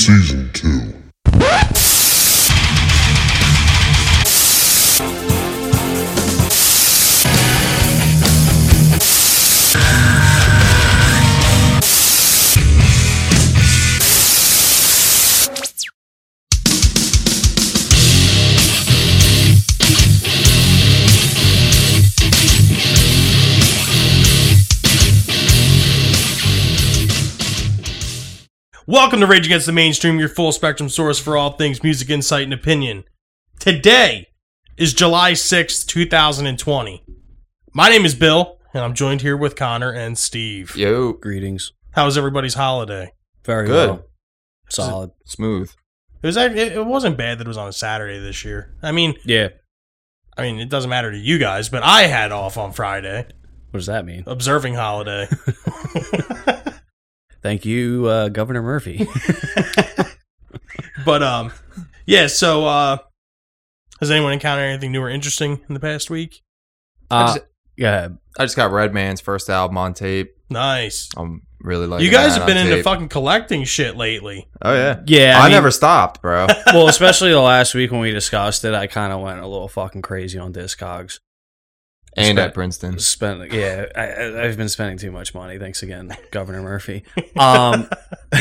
Season 2. Welcome to Rage Against the Mainstream, your full spectrum source for all things music, insight, and opinion. Today is July sixth, two 2020. My name is Bill, and I'm joined here with Connor and Steve. Yo, Greetings. How was everybody's holiday? Very Good. well. Solid. smooth. It was act- it it wasn't bad that it was on a Saturday this year. I mean, Yeah. I mean, it doesn't matter to you guys, but I had off on Friday, What does that mean? observing holiday. Thank you, uh, Governor Murphy. but um, yeah. So uh, has anyone encountered anything new or interesting in the past week? Uh, just- yeah. I just got Redman's first album on tape. Nice. I'm really like you guys have been into fucking collecting shit lately. Oh yeah, Yeah. I, mean- never stopped, bro. well, especially the last week when we discussed it, I kind of went a little fucking crazy on Discogs. and Spent- at Princeton, Spent, yeah, I, I- I've been spending too much money. Thanks again, Governor Murphy. Um,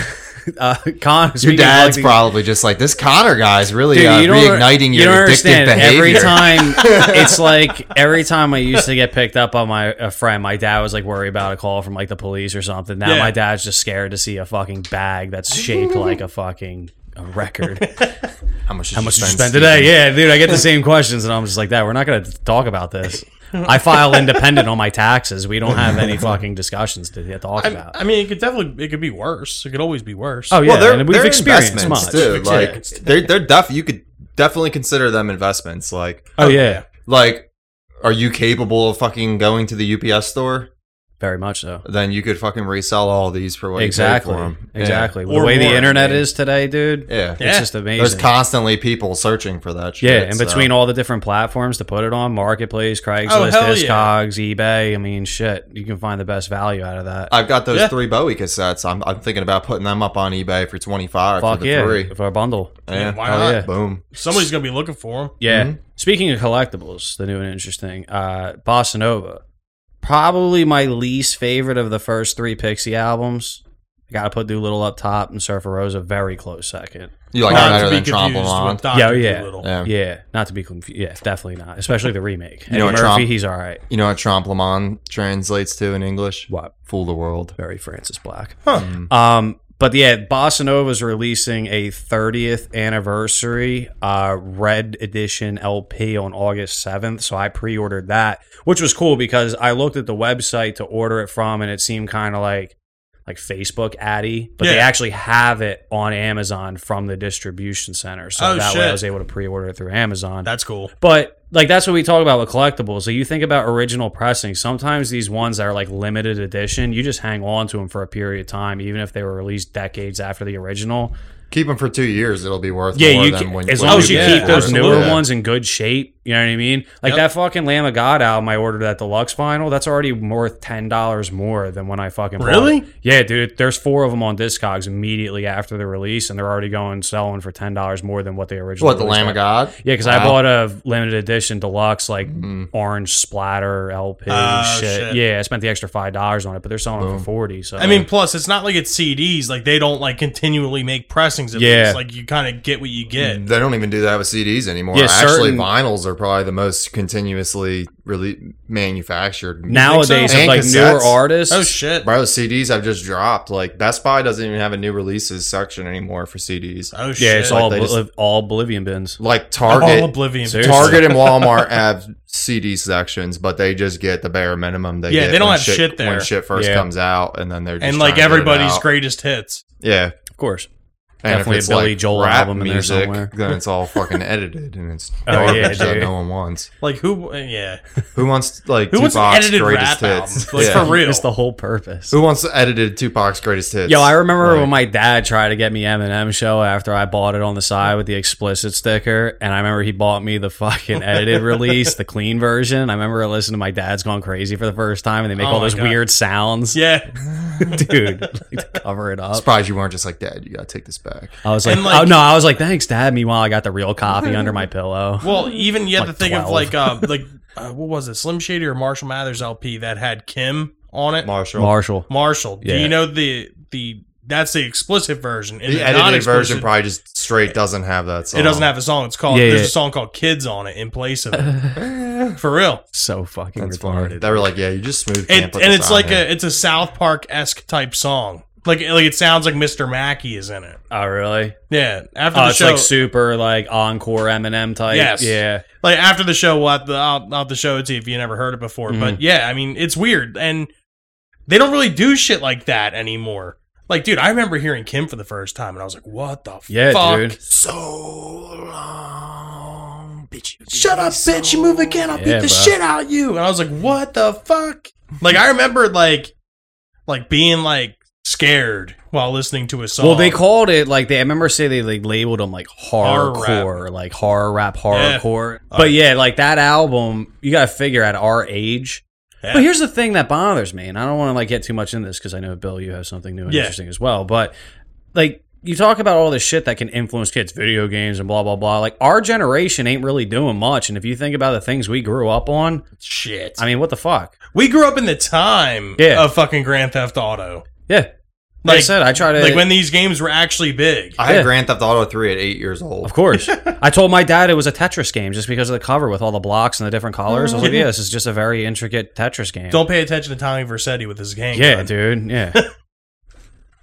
uh, Con, your speaking of dad's collecting- probably just like this Connor guy's really Dude, uh, you don't- reigniting You your don't addictive understand. behavior. Every time, it's like every time I used to get picked up by my a friend, my dad was like worried about a call from like the police or something. Now Yeah. my dad's just scared to see a fucking bag that's shaped like a fucking a record. how much? Did How much did you spend today? Yeah, dude, I get the same questions, and I'm just like, that. We're not going to talk about this. I file independent on my taxes. We don't have any fucking discussions to talk I, about. I mean, it could definitely it could be worse. It could always be worse. oh yeah, well, they're, and we've they're experienced investments, much. dude. Like Experienced. they're they're def. You could definitely consider them investments. Like Oh yeah, like, are you capable of fucking going to the UPS store? very much so. Then you could fucking resell all these for what Exactly. you paid for them. Exactly. Or the way more, the internet dude. is today, dude. Yeah. Yeah. It's just amazing. There's constantly people searching for that shit. yeah, and between all the different platforms to put it on, Marketplace, Oh, Craigslist, hell yeah. Discogs, eBay, I mean, shit, you can find the best value out of that. I've got those Yeah. three Bowie cassettes. I'm, I'm thinking about putting them up on eBay for 25 Fuck for the yeah, three. for a bundle. Yeah, why Oh, not? Boom. Somebody's gonna be looking for him. Yeah. Mm-hmm. Speaking of collectibles, the new and interesting, uh, Bossa Nova, probably my least favorite of the first three Pixie albums. I gotta put Doolittle up top and Surfer Rosa very close second. You like Not it better to be than confused with Trombone. Dr. Yeah, yeah. Doolittle. Yeah. Yeah, not to be confused. Yeah, definitely not. Especially the remake. You know Eddie what, Murphy, Trump- he's all right. You know what Trombone translates to in English? What? Fool the world. Hmm. Very Francis Black. Huh. Um, but yeah, Bossa Nova's releasing a 30th anniversary uh, red edition LP on August 7th. So I pre ordered that, which was cool because I looked at the website to order it from and it seemed kind of like like Facebook addy, but they Yeah. actually have it on Amazon from the distribution center. So Oh, that way shit. I was able to pre order it through Amazon. That's cool. But like that's what we talk about with collectibles. So you think about original pressing. Sometimes these ones that are like limited edition, you just hang on to them for a period of time, even if they were released decades after the original. Keep them for two years. It'll be worth Yeah, more you than can, when as when long as you yeah, pay keep those for it. newer Yeah. ones in good shape. You know what I mean? Like Yep. that fucking Lamb of God album I ordered at deluxe vinyl. That's already worth ten dollars more than when I fucking bought it. Really? Yeah, dude. There's four of them on Discogs immediately after the release, and they're already going selling for ten dollars more than what they originally. What, the Lamb of God? Yeah, because I bought a limited edition deluxe like Mm-hmm. orange splatter LP Oh, shit. shit. Yeah, I spent the extra five dollars on it, but they're selling them for forty. So I mean, plus it's not like it's CDs. Like they don't like continually make pressings. Of Yeah. yeah, like you kind of get what you get. They don't even do that with CDs anymore. Yeah, Actually, certain- vinyls are probably the most continuously really manufactured. nowadays so? with And like newer cassettes. artists. Oh shit. Bro, CDs have just dropped. Like Best Buy doesn't even have a new releases section anymore for CDs. Oh shit. yeah, it's all they Bol- just- all Bolivian bins. Like all Target, oblivion. Seriously. Target and Walmart have CD sections, but they just get the bare minimum. They Yeah, get they don't when have shit there. when shit first Yeah. comes out, and then they're just and like trying to get it everybody's out. greatest hits. Yeah, Of course. And if Definitely a it's, Billy Joel rap album in there somewhere. Then it's all fucking edited and it's Oh, garbage yeah, that dude. no one wants. Like who? Yeah, Who wants like Who wants an Tupac's edited greatest rap hits? album? Like, Yeah. for real. It's the whole purpose. Who wants edited Tupac's greatest hits? Yo, I remember Like, when my dad tried to get me Eminem show after I bought it on the side with the explicit sticker, and I remember he bought me the fucking edited release, the clean version. I remember I listened to my dad's gone crazy for the first time, and they make Oh all my those God. weird sounds, yeah. dude, like, to cover it up. surprised you weren't just like, Dad, you gotta take this back. I was like, And, like- oh no, I was like, thanks, dad. Meanwhile, I got the real copy under my pillow. Well, even you have Like to think 12. of like uh like uh, what was it? Slim Shady or Marshall Mathers LP that had Kim on it? Marshall. Marshall, Marshall. Do Yeah. you know the the that's the explicit version. In the edited non-explicit- version probably just straight doesn't have that song. It doesn't have a song. It's called Yeah, there's yeah. a song called Kids on it in place of it. For real. so fucking That's funny. retarded. They were like, yeah, you just smooth. It, and it's like a it's a South Park esque type song. Like like it sounds like Mr. Mackey is in it. Oh really? Yeah. After Oh, the it's show like super like encore Eminem type. Yes. Yeah. like after the show, we'll have to, I'll, I'll have to show it to you if you never heard it before. Mm-hmm. But yeah, I mean, it's weird, and they don't really do shit like that anymore. Like, dude, I remember hearing Kim for the first time, and I was like, "What the Yeah, fuck?" dude. so long, bitch. Shut up, bitch! You move again, I'll Yeah, beat the bro. shit out of you. And I was like, "What the fuck?" Like, I remember like, like being like scared while listening to a song. Well, they called it like they. I remember say they like labeled them like Horror hardcore, like horror rap, Yeah. hardcore. But yeah, like that album, you got to figure at our age. Yeah. But here's the thing that bothers me, and I don't want to like get too much into this because I know Bill, you have something new and Yeah. interesting as well. But like you talk about all this shit that can influence kids, video games and blah blah blah. Like our generation ain't really doing much, and if you think about the things we grew up on, shit. I mean, what the fuck? we grew up in the time Yeah. of fucking Grand Theft Auto. Yeah, like, I Like- said, I try to Like when these games were actually big. I had Yeah. Grand Theft Auto 3 at eight years old. Of course. I told my dad it was a Tetris game just because of the cover with all the blocks and the different colors. I was like, yeah, this is just a very intricate Tetris game. Mm. Don't pay attention to Tommy Versetti with his gang. yeah, gun. dude. Yeah.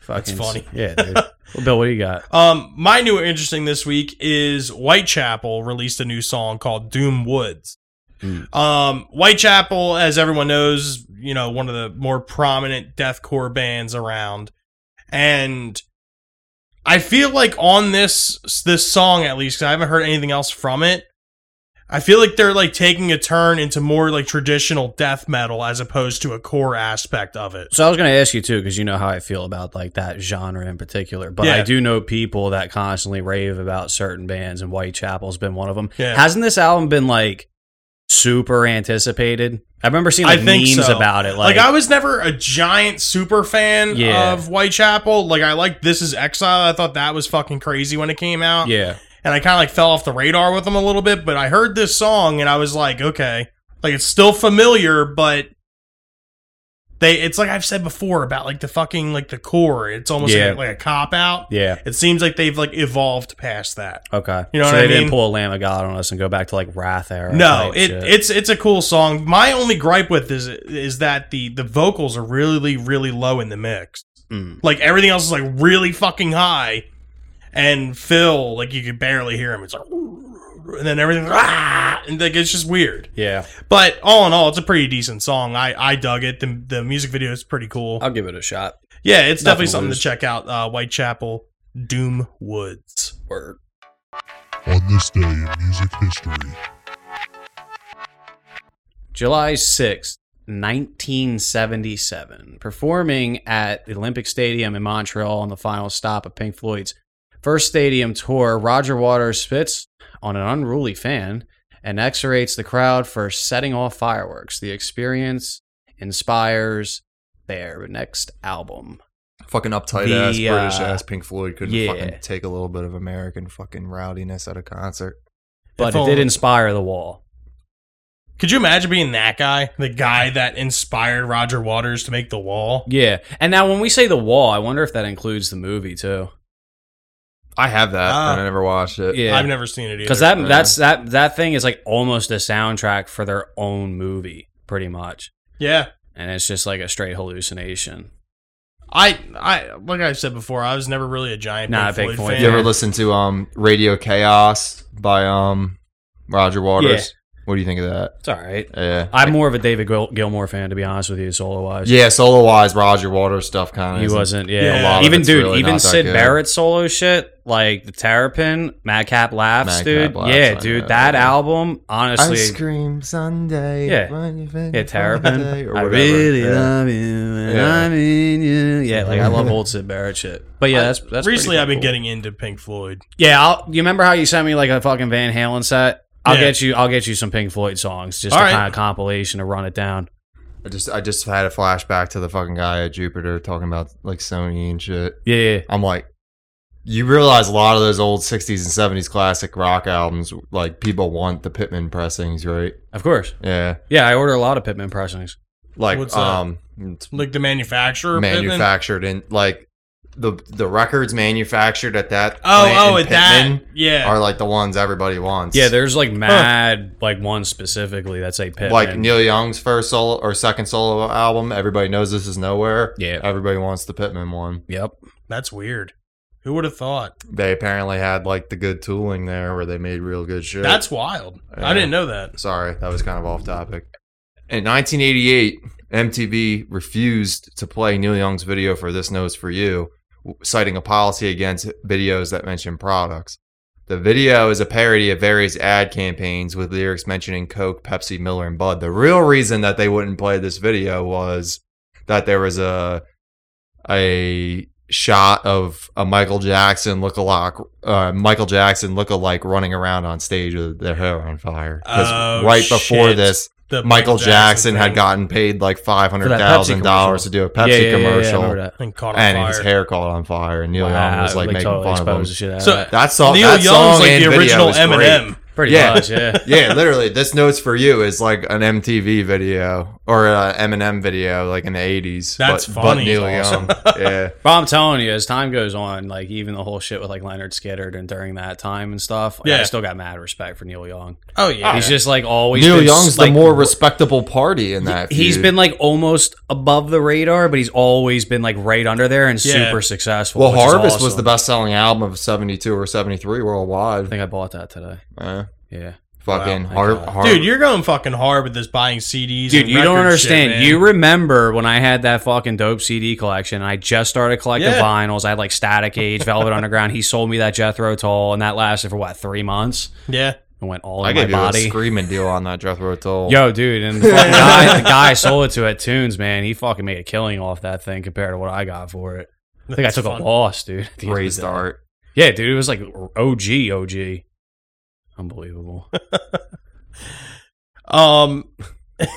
Fucking funny. Yeah, dude. Well, Bill, what do you got? Um, my new interesting this week is Whitechapel released a new song called Doom Woods. Hmm. Um, Whitechapel, as everyone knows, you know, one of the more prominent deathcore bands around. And I feel like on this this song at least, 'cause I haven't heard anything else from it. I feel like they're like taking a turn into more like traditional death metal as opposed to a core aspect of it. So I was going to ask you too, because you know how I feel about like that genre in particular. But I Yeah. do know people that constantly rave about certain bands, and Whitechapel's been one of them. Yeah. Hasn't this album been like super anticipated? I remember seeing like I think memes so. about it. Like, I was never a giant super fan Yeah. of Whitechapel. Like I liked This Is Exile. I thought that was fucking crazy when it came out. yeah, And I kind of like fell off the radar with them a little bit, but I heard this song and I was like, okay, like it's still familiar, but they it's like I've said before about like the fucking like the core. It's almost Yeah. like, like a cop out. yeah. It seems like they've like evolved past that. Okay. You know so what I they didn't mean? pull a Lamb of God on us and go back to like Wrath era. No, type it, shit. it's it's a cool song. My only gripe with is is that the the vocals are really really low in the mix. Mm. Like everything else is like really fucking high, and Phil like you could barely hear him. It's like, and then everything, "Ah!" and like it's just weird. Yeah. But all in all, it's a pretty decent song. I I dug it. The the music video is pretty cool. I'll give it a shot. yeah, it's nothing definitely something loose. to check out. Uh, Whitechapel, Doom Woods. Word. On this day in music history, July 6th, 1977. Performing at the Olympic Stadium in Montreal on the final stop of Pink Floyd's first stadium tour, Roger Waters spits on an unruly fan and exorates the crowd for setting off fireworks. The experience inspires their next album. Fucking uptight The, ass, British uh, ass Pink Floyd couldn't yeah. fucking take a little bit of American fucking rowdiness at a concert. But If it did only- inspire the wall. Could you imagine being that guy, the guy that inspired Roger Waters to make The Wall? Yeah. And now when we say the wall, I wonder if that includes the movie too. I have that, Ah. and I never watched it. Yeah. I've never seen it either. Cuz that Yeah. that's that that thing is like almost a soundtrack for their own movie pretty much. yeah, And it's just like a straight hallucination. I I like I said before, I was never really a giant Not a Pink big Floyd Floyd fan. You ever listen to um Radio Chaos by um Roger Waters? What do you think of that? It's all right. Yeah, I'm more of a David Gil- Gilmore fan, to be honest with you, solo wise. yeah. Solo wise, Roger Waters stuff kind of. He wasn't, yeah. Yeah. A lot of Even it's dude, really even not that Sid good. Barrett solo shit, like the Terrapin, Madcap Laughs, Madcap dude. Laughs, yeah, I dude, know. that album, honestly, Ice cream Sunday. Yeah. yeah, Terrapin. I really love you, and Yeah. I'm in you. Yeah, like I love old Sid Barrett shit. But yeah, that's that's pretty Recently, I've been cool. getting into Pink Floyd. Yeah, I'll, you remember how you sent me like a fucking Van Halen set? I'll Yeah. get you. I'll get you some Pink Floyd songs, just All a right. kind of compilation to run it down. I just I just had a flashback to the fucking guy at Jupiter talking about like Sony and shit. Yeah, yeah. I'm like, you realize a lot of those old 60s and 70s classic rock albums, like people want the Pittman pressings, right? of course. Yeah, Yeah, I order a lot of Pittman pressings. like What's that? um, it's Like the manufacturer. Pittman? manufactured and like the the records manufactured at that. plant Oh, oh, in at that. Pittman Yeah. are like the ones everybody wants. Yeah, there's like mad like one specifically that's a Pittman. like Neil Young's first solo or second solo album. Everybody knows this is nowhere. Yeah. everybody wants the Pittman one. yep. That's weird. Who would have thought? They apparently had like the good tooling there where they made real good shit. That's wild. I Yeah. didn't know that. Sorry, that was kind of off topic. In 1988, MTV refused to play Neil Young's video for This Nose for You, w- citing a policy against videos that mention products. The video is a parody of various ad campaigns with lyrics mentioning Coke, Pepsi, Miller, and Bud. The real reason that they wouldn't play this video was that there was a a shot of a Michael Jackson lookalike, uh, Michael Jackson lookalike running around on stage with their hair on fire. 'Cause Oh, right before shit. this, The Michael, Jackson, had thing. gotten paid like five Pepsi hundred thousand dollars to do a Pepsi yeah, yeah, yeah, yeah, I commercial, remember that. and caught on and fire. his hair caught on fire, and Neil Young was like, making totally fun of exposed the him. shit out of So- that. That song, Neil that Young's song like and the video original is great. Eminem. pretty yeah. much, yeah. yeah, literally, this note's for you is like an MTV video or an Eminem video, like in the eighties. That's but, funny. But Neil Awesome. Young, yeah, But I'm telling you, as time goes on, like even the whole shit with like Leonard Skinner and during that time and stuff, like, Yeah. I still got mad respect for Neil Young. Oh yeah. He's just like always Neil been, Young's like, the more respectable party in that. He's feud. been like almost above the radar, but he's always been like right under there and Yeah. super successful. well, which is Harvest was awesome. the best-selling album of '72 or '73 I worldwide. think I bought that today. Eh, Yeah, fucking my Har- God. Har- Dude, you're going fucking hard with this buying CDs. dude, and you don't record shit, understand. man. you remember when I had that fucking dope CD collection? I just started collecting Yeah. vinyls. I had like Static Age, Velvet Underground. He sold me that Jethro Tull, and that lasted for what three months. yeah. It went all I in my gave you a body. screaming deal on that Jethro Tull. Yo, dude, and the, fucking guy, the guy I sold it to at Tunes, man, he fucking made a killing off that thing compared to what I got for it. I think That's I took fun. a loss, dude. at the end of the raised day. art. Yeah, dude, it was like OG, OG. Unbelievable. Um,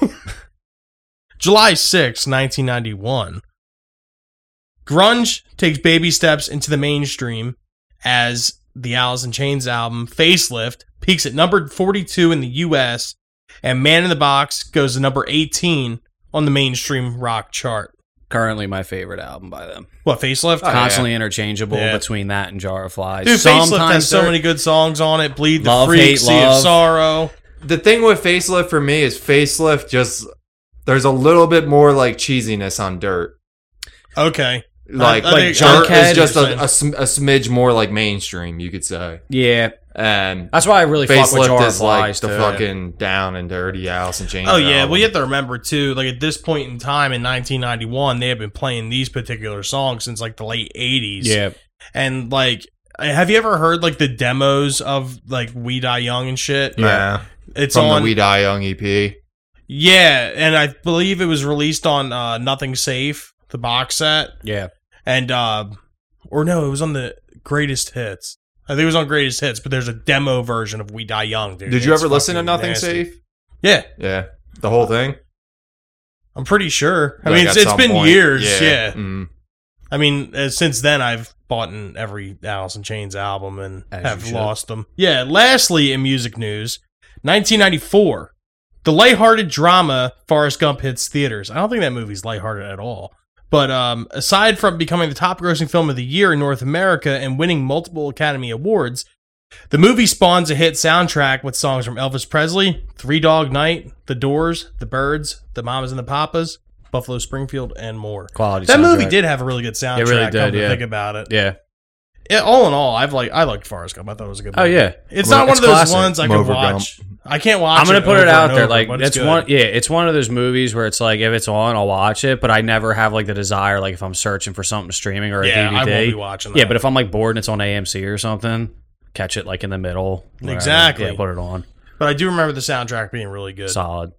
July sixth, 1991. Grunge takes baby steps into the mainstream as the Alice in Chains album Facelift peaks at number 42 in the US and Man in the Box goes to number 18 on the mainstream rock chart. Currently, my favorite album by them. What, Facelift? yeah. Constantly interchangeable Yeah. between that and Jar of Flies. Dude, Facelift has so they're- many good songs on it. Bleed the Love, Freak, Hate, Sea of Love. Sorrow. The thing with facelift for me is facelift just there's a little bit more like cheesiness on dirt. Okay. Like I like think- dirt Junkhead is just or a, a, sm- a smidge more like mainstream, you could say. Yeah, And that's why I really fuck with Jar facelift of is like Flies. the too. fucking down and um, dirty Alice in Chains. Oh yeah, album. well you have to remember too. Like at this point in time in 1991, they have been playing these particular songs since like the late 80s. Yeah, and like, have you ever heard like the demos of like We Die Young and shit? yeah. it's From on. the We Die Young E EP. yeah, and I believe it was released on uh, Nothing Safe, the box set, yeah. and uh, or no, it was on the Greatest Hits. I think it was on Greatest Hits, but there's a demo version of We Die Young, dude. Did you It's ever listen to fucking Nothing nasty. Safe? Yeah, Yeah. The whole thing? I'm pretty sure. I Like, mean, it's, at it's some been point. years. yeah. Mm. I mean, uh, since then I've bought in every Alice in Chains album and As you have should. lost them. Yeah. Lastly, in music news, 1994, the lighthearted drama Forrest Gump hits theaters. I don't think that movie's lighthearted at all. But um, aside from becoming the top-grossing film of the year in North America and winning multiple Academy Awards, the movie spawns a hit soundtrack with songs from Elvis Presley, Three Dog Night, The Doors, The Birds, The Mamas and the Papas, Buffalo Springfield, and more. Quality. That movie soundtrack. did have a really good soundtrack. It really did, Come to yeah. think about it. Yeah. Yeah, all in all, I've like I liked Forrest Gump. I thought it was a good. Oh movie. yeah. it's not It's one of those classic. ones I could Mover watch I can't watch. I'm gonna it put over it and out there. over, Like but it's good. one, yeah, it's one of those movies where it's like if it's on, I'll watch it, but I never have like the desire. Like if I'm searching for something streaming or a Yeah, DVD, I won't be watching. That. yeah. But if I'm like bored and it's on AMC or something, catch it like in the middle. whatever. Exactly. Yeah, put it on. but I do remember the soundtrack being really good. Solid,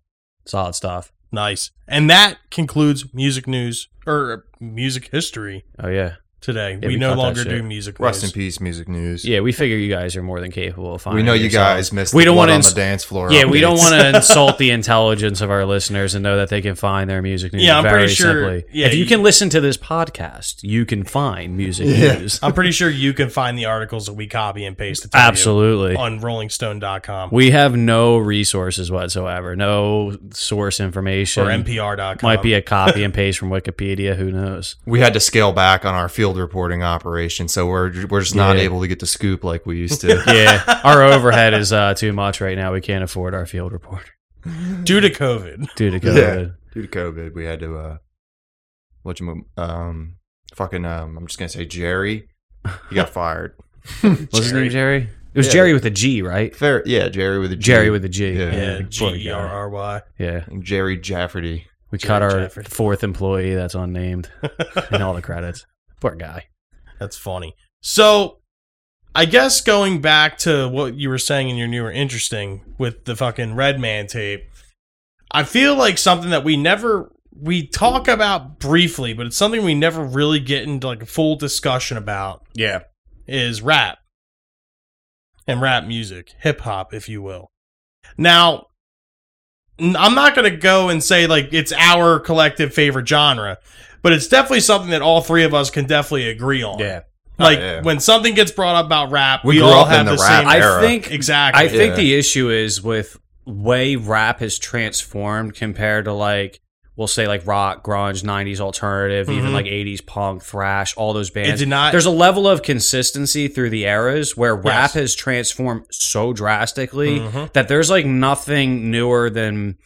solid stuff. Nice. And that concludes music news or uh, music history Oh yeah, today. Yeah, we, we no caught that longer shit. do music. Rest in news. peace, music news. yeah. We figure you guys are more than capable of we finding. know you yourselves. guys missed. We We don't don't want wanna on ins- the dance floor. Yeah, we don't updates. want to insult the intelligence of our listeners and know that they can find their music news Yeah, I'm very pretty sure- simply. yeah, if you, you- can listen to this podcast, you can find music news. I'm pretty sure you can find the articles that we copy and paste. to tell you Absolutely. on RollingStone.com We have no resources whatsoever, no source information. or NPR.com. Might be a copy and paste from Wikipedia. Who knows? We had to scale back on our field reporting operation, so we're we're just not Yeah. able to get the scoop like we used to. Yeah, our overhead is uh, too much right now. We can't afford our field reporter due to COVID. due to Yeah. COVID. Due to COVID, we had to uh, what you um, fucking um, I'm just gonna say Jerry, he got fired. What's his name, Jerry? It was Yeah. Jerry with a G, right? Fair, yeah, Jerry with a G. Jerry with a G. Yeah. Yeah, poor G E guy. R R Y. Yeah. Jerry Jafferty. We Jerry cut our Jeffrey. fourth employee that's unnamed in all the credits. Poor guy. That's funny. So, I guess going back to what you were saying in your newer interesting with the fucking Red Man tape, I feel like something that we never we talk about briefly, but it's something we never really get into like a full discussion about Yeah. is rap and rap music, hip hop, if you will. Now, n- I'm not going to go and say like it's our collective favorite genre, but it's definitely something that all three of us can definitely agree on. Oh, Yeah. Like yeah. when something gets brought up about rap, we, We grew all up in have the, the rap same. era. I think exactly. I think Yeah. the issue is with way rap has transformed compared to like we'll say like rock, grunge, '90s alternative, even Mhm. like '80s punk, thrash, all those it bands. did not. There's a level of consistency through the eras where rap Yes. has transformed so drastically Mhm. that there's like nothing newer than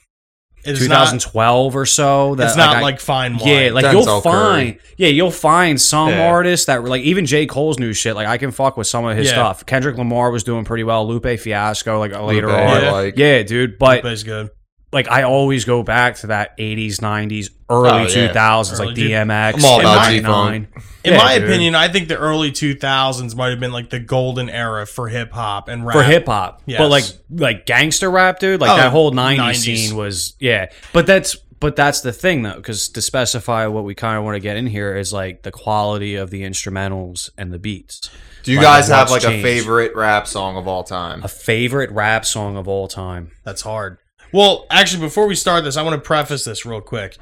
It's not. 2012 or so. That It's not I- like fine wine. yeah, like Denzel Curry. you'll find, yeah, you'll find some Yeah. artists that were like even J Cole's new shit. Like I can fuck with some of his Yeah. stuff. Kendrick Lamar was doing pretty well. Lupe Fiasco, like later Lupe, on, Yeah. like yeah, dude. But but it's good. like I always go back to that '80s, '90s, early Oh, yeah. 2000s, Early like dude. DMX, I'm all and about Mike G-Funk. Nine. In Yeah, my dude. opinion, I think the early 2000s might have been like the golden era for hip hop and rap. for hip hop. Yes. But like like gangster rap, dude, like Oh, that whole 90s, 90s. scene was yeah. But that's but that's the thing though cuz to specify what we kind of want to get in here is like the quality of the instrumentals and the beats. Do you Like, guys have what's like changed? a favorite rap song of all time? A favorite rap song of all time. That's hard. Well, actually, before we start this, I want to preface this real quick.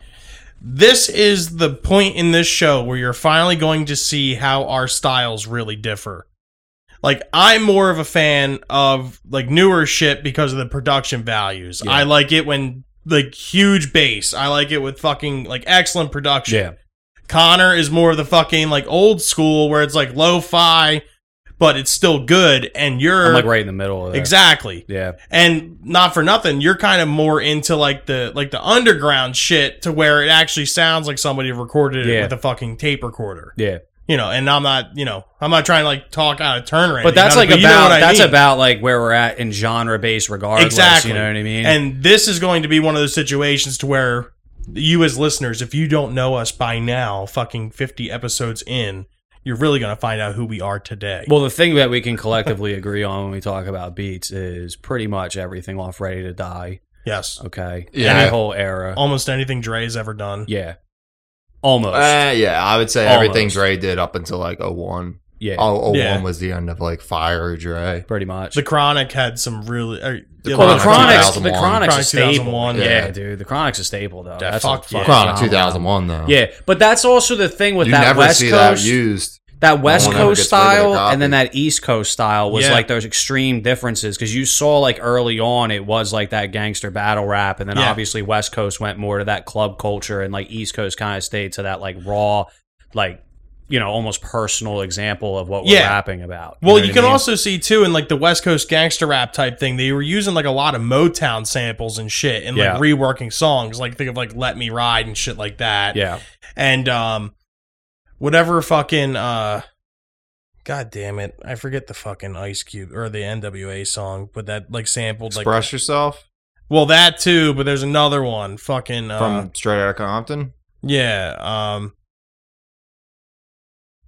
This is the point in this show where you're finally going to see how our styles really differ. Like, I'm more of a fan of like newer shit because of the production values. I like it when like huge bass. I like it with fucking like excellent production. Connor is more of the fucking like old school where it's like lo-fi, but it's still good. And you're I'm like right in the middle of that. exactly Yeah. and not for nothing you're kind of more into like the like the underground shit to where it actually sounds like somebody recorded it Yeah. with a fucking tape recorder Yeah. you know and i'm not you know i'm not trying to like talk out of turn or anything But that's about it, like you know about what I that's mean. about like where we're at in genre based regardless, Exactly. you know what I mean? and this is going to be one of those situations to where you as listeners if you don't know us by now fucking 50 episodes in you're really going to find out who we are today Well, the thing that we can collectively agree on when we talk about beats is pretty much everything off Ready to Die. yes Okay. Yeah. Any whole era. almost anything dre's ever done yeah. Almost. Uh, yeah, I would say everything Almost. Dre did up until like 01. yeah. Oh, 01 Yeah. was the end of like Fire Dre. pretty much. the chronic had some really uh, The well, the Chronic Chronics, the 2001. Chronics is Chronic staple. 2001, Yeah. yeah. dude. The Chronics is staple though. Yeah, That's fuck a yeah. Chronic phenomenal- 2001 though. Yeah, but that's also the thing with you that never West see Coast, that used. that West one ever Coast gets rid of their style, and then copy. that East Coast style was Yeah. like those extreme differences because you saw like early on it was like that gangster battle rap, and then Yeah. obviously West Coast went more to that club culture, and like East Coast kind of stayed to that like raw, like you know almost personal example of what we're Yeah. rapping about. Well, know you, what I can mean? also see too in like the West Coast gangster rap type thing, they were using like a lot of Motown samples and shit and Yeah. like reworking songs. Like think of like Let Me Ride and shit like that. yeah, And um whatever fucking uh God damn it! I forget the fucking Ice Cube or the NWA song, but that like sampled like Express yourself well that too. But there's another one, fucking uh, from Straight Outta Compton. yeah. Um,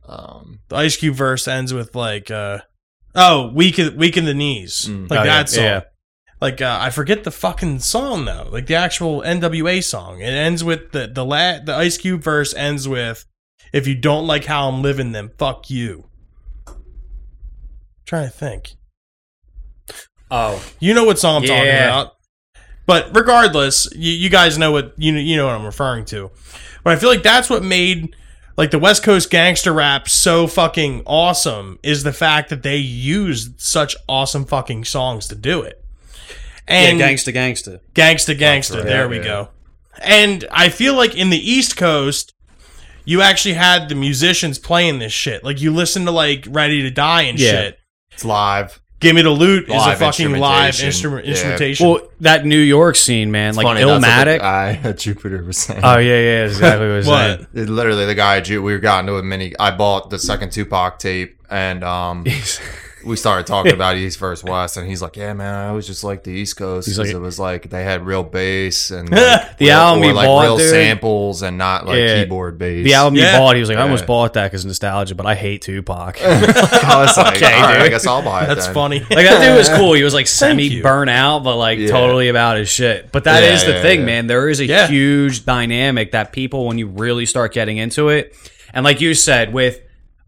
Um, the Ice Cube verse ends with like uh oh weaken weaken the knees Mm. like Oh, yeah, that song. yeah. Like uh, I forget the fucking song though, like the actual NWA song. It ends with the the la- the Ice Cube verse ends with if you don't like how I'm living, then fuck you. trying to think. Oh, You know what song I'm talking Yeah. about. But regardless, you, you guys know what you know, you know what I'm referring to. But I feel like that's what made like the West Coast gangster rap so fucking awesome is the fact that they used such awesome fucking songs to do it. And yeah, gangsta, gangsta. Gangsta Gangsta. right. there we Yeah. go. And I feel like in the East Coast, you actually had the musicians playing this shit. Like you listen to like Ready to Die and Yeah. shit. it's live. Give me the loot is a Live fucking live instrumentation. instrument Yeah. instrumentation. Well, that New York scene, man, like Funny, that's what the Illmatic. guy at Jupiter was saying. oh yeah, yeah, exactly what I was What? saying. It- literally, the guy at Ju- we got into a mini. I bought the second Tupac tape, and um, He's- we started talking about East versus West, and he's like, "Yeah, man, I always just like the East Coast He's because like- it was like they had real bass and like, The real, album or, he like bought, real dude. samples and not like Yeah. keyboard bass." the album Yeah. you bought, he was like, I almost Yeah. bought that because nostalgia, but I hate Tupac. I was like, Okay, "All right, I dude. guess I'll buy it." That's then." funny. Like that dude was cool. He was like semi you. burnout, but like Yeah. totally about his shit. But that is Yeah, the yeah, thing, yeah. man. There is a Yeah. huge dynamic that people, when you really start getting into it, and like you said, with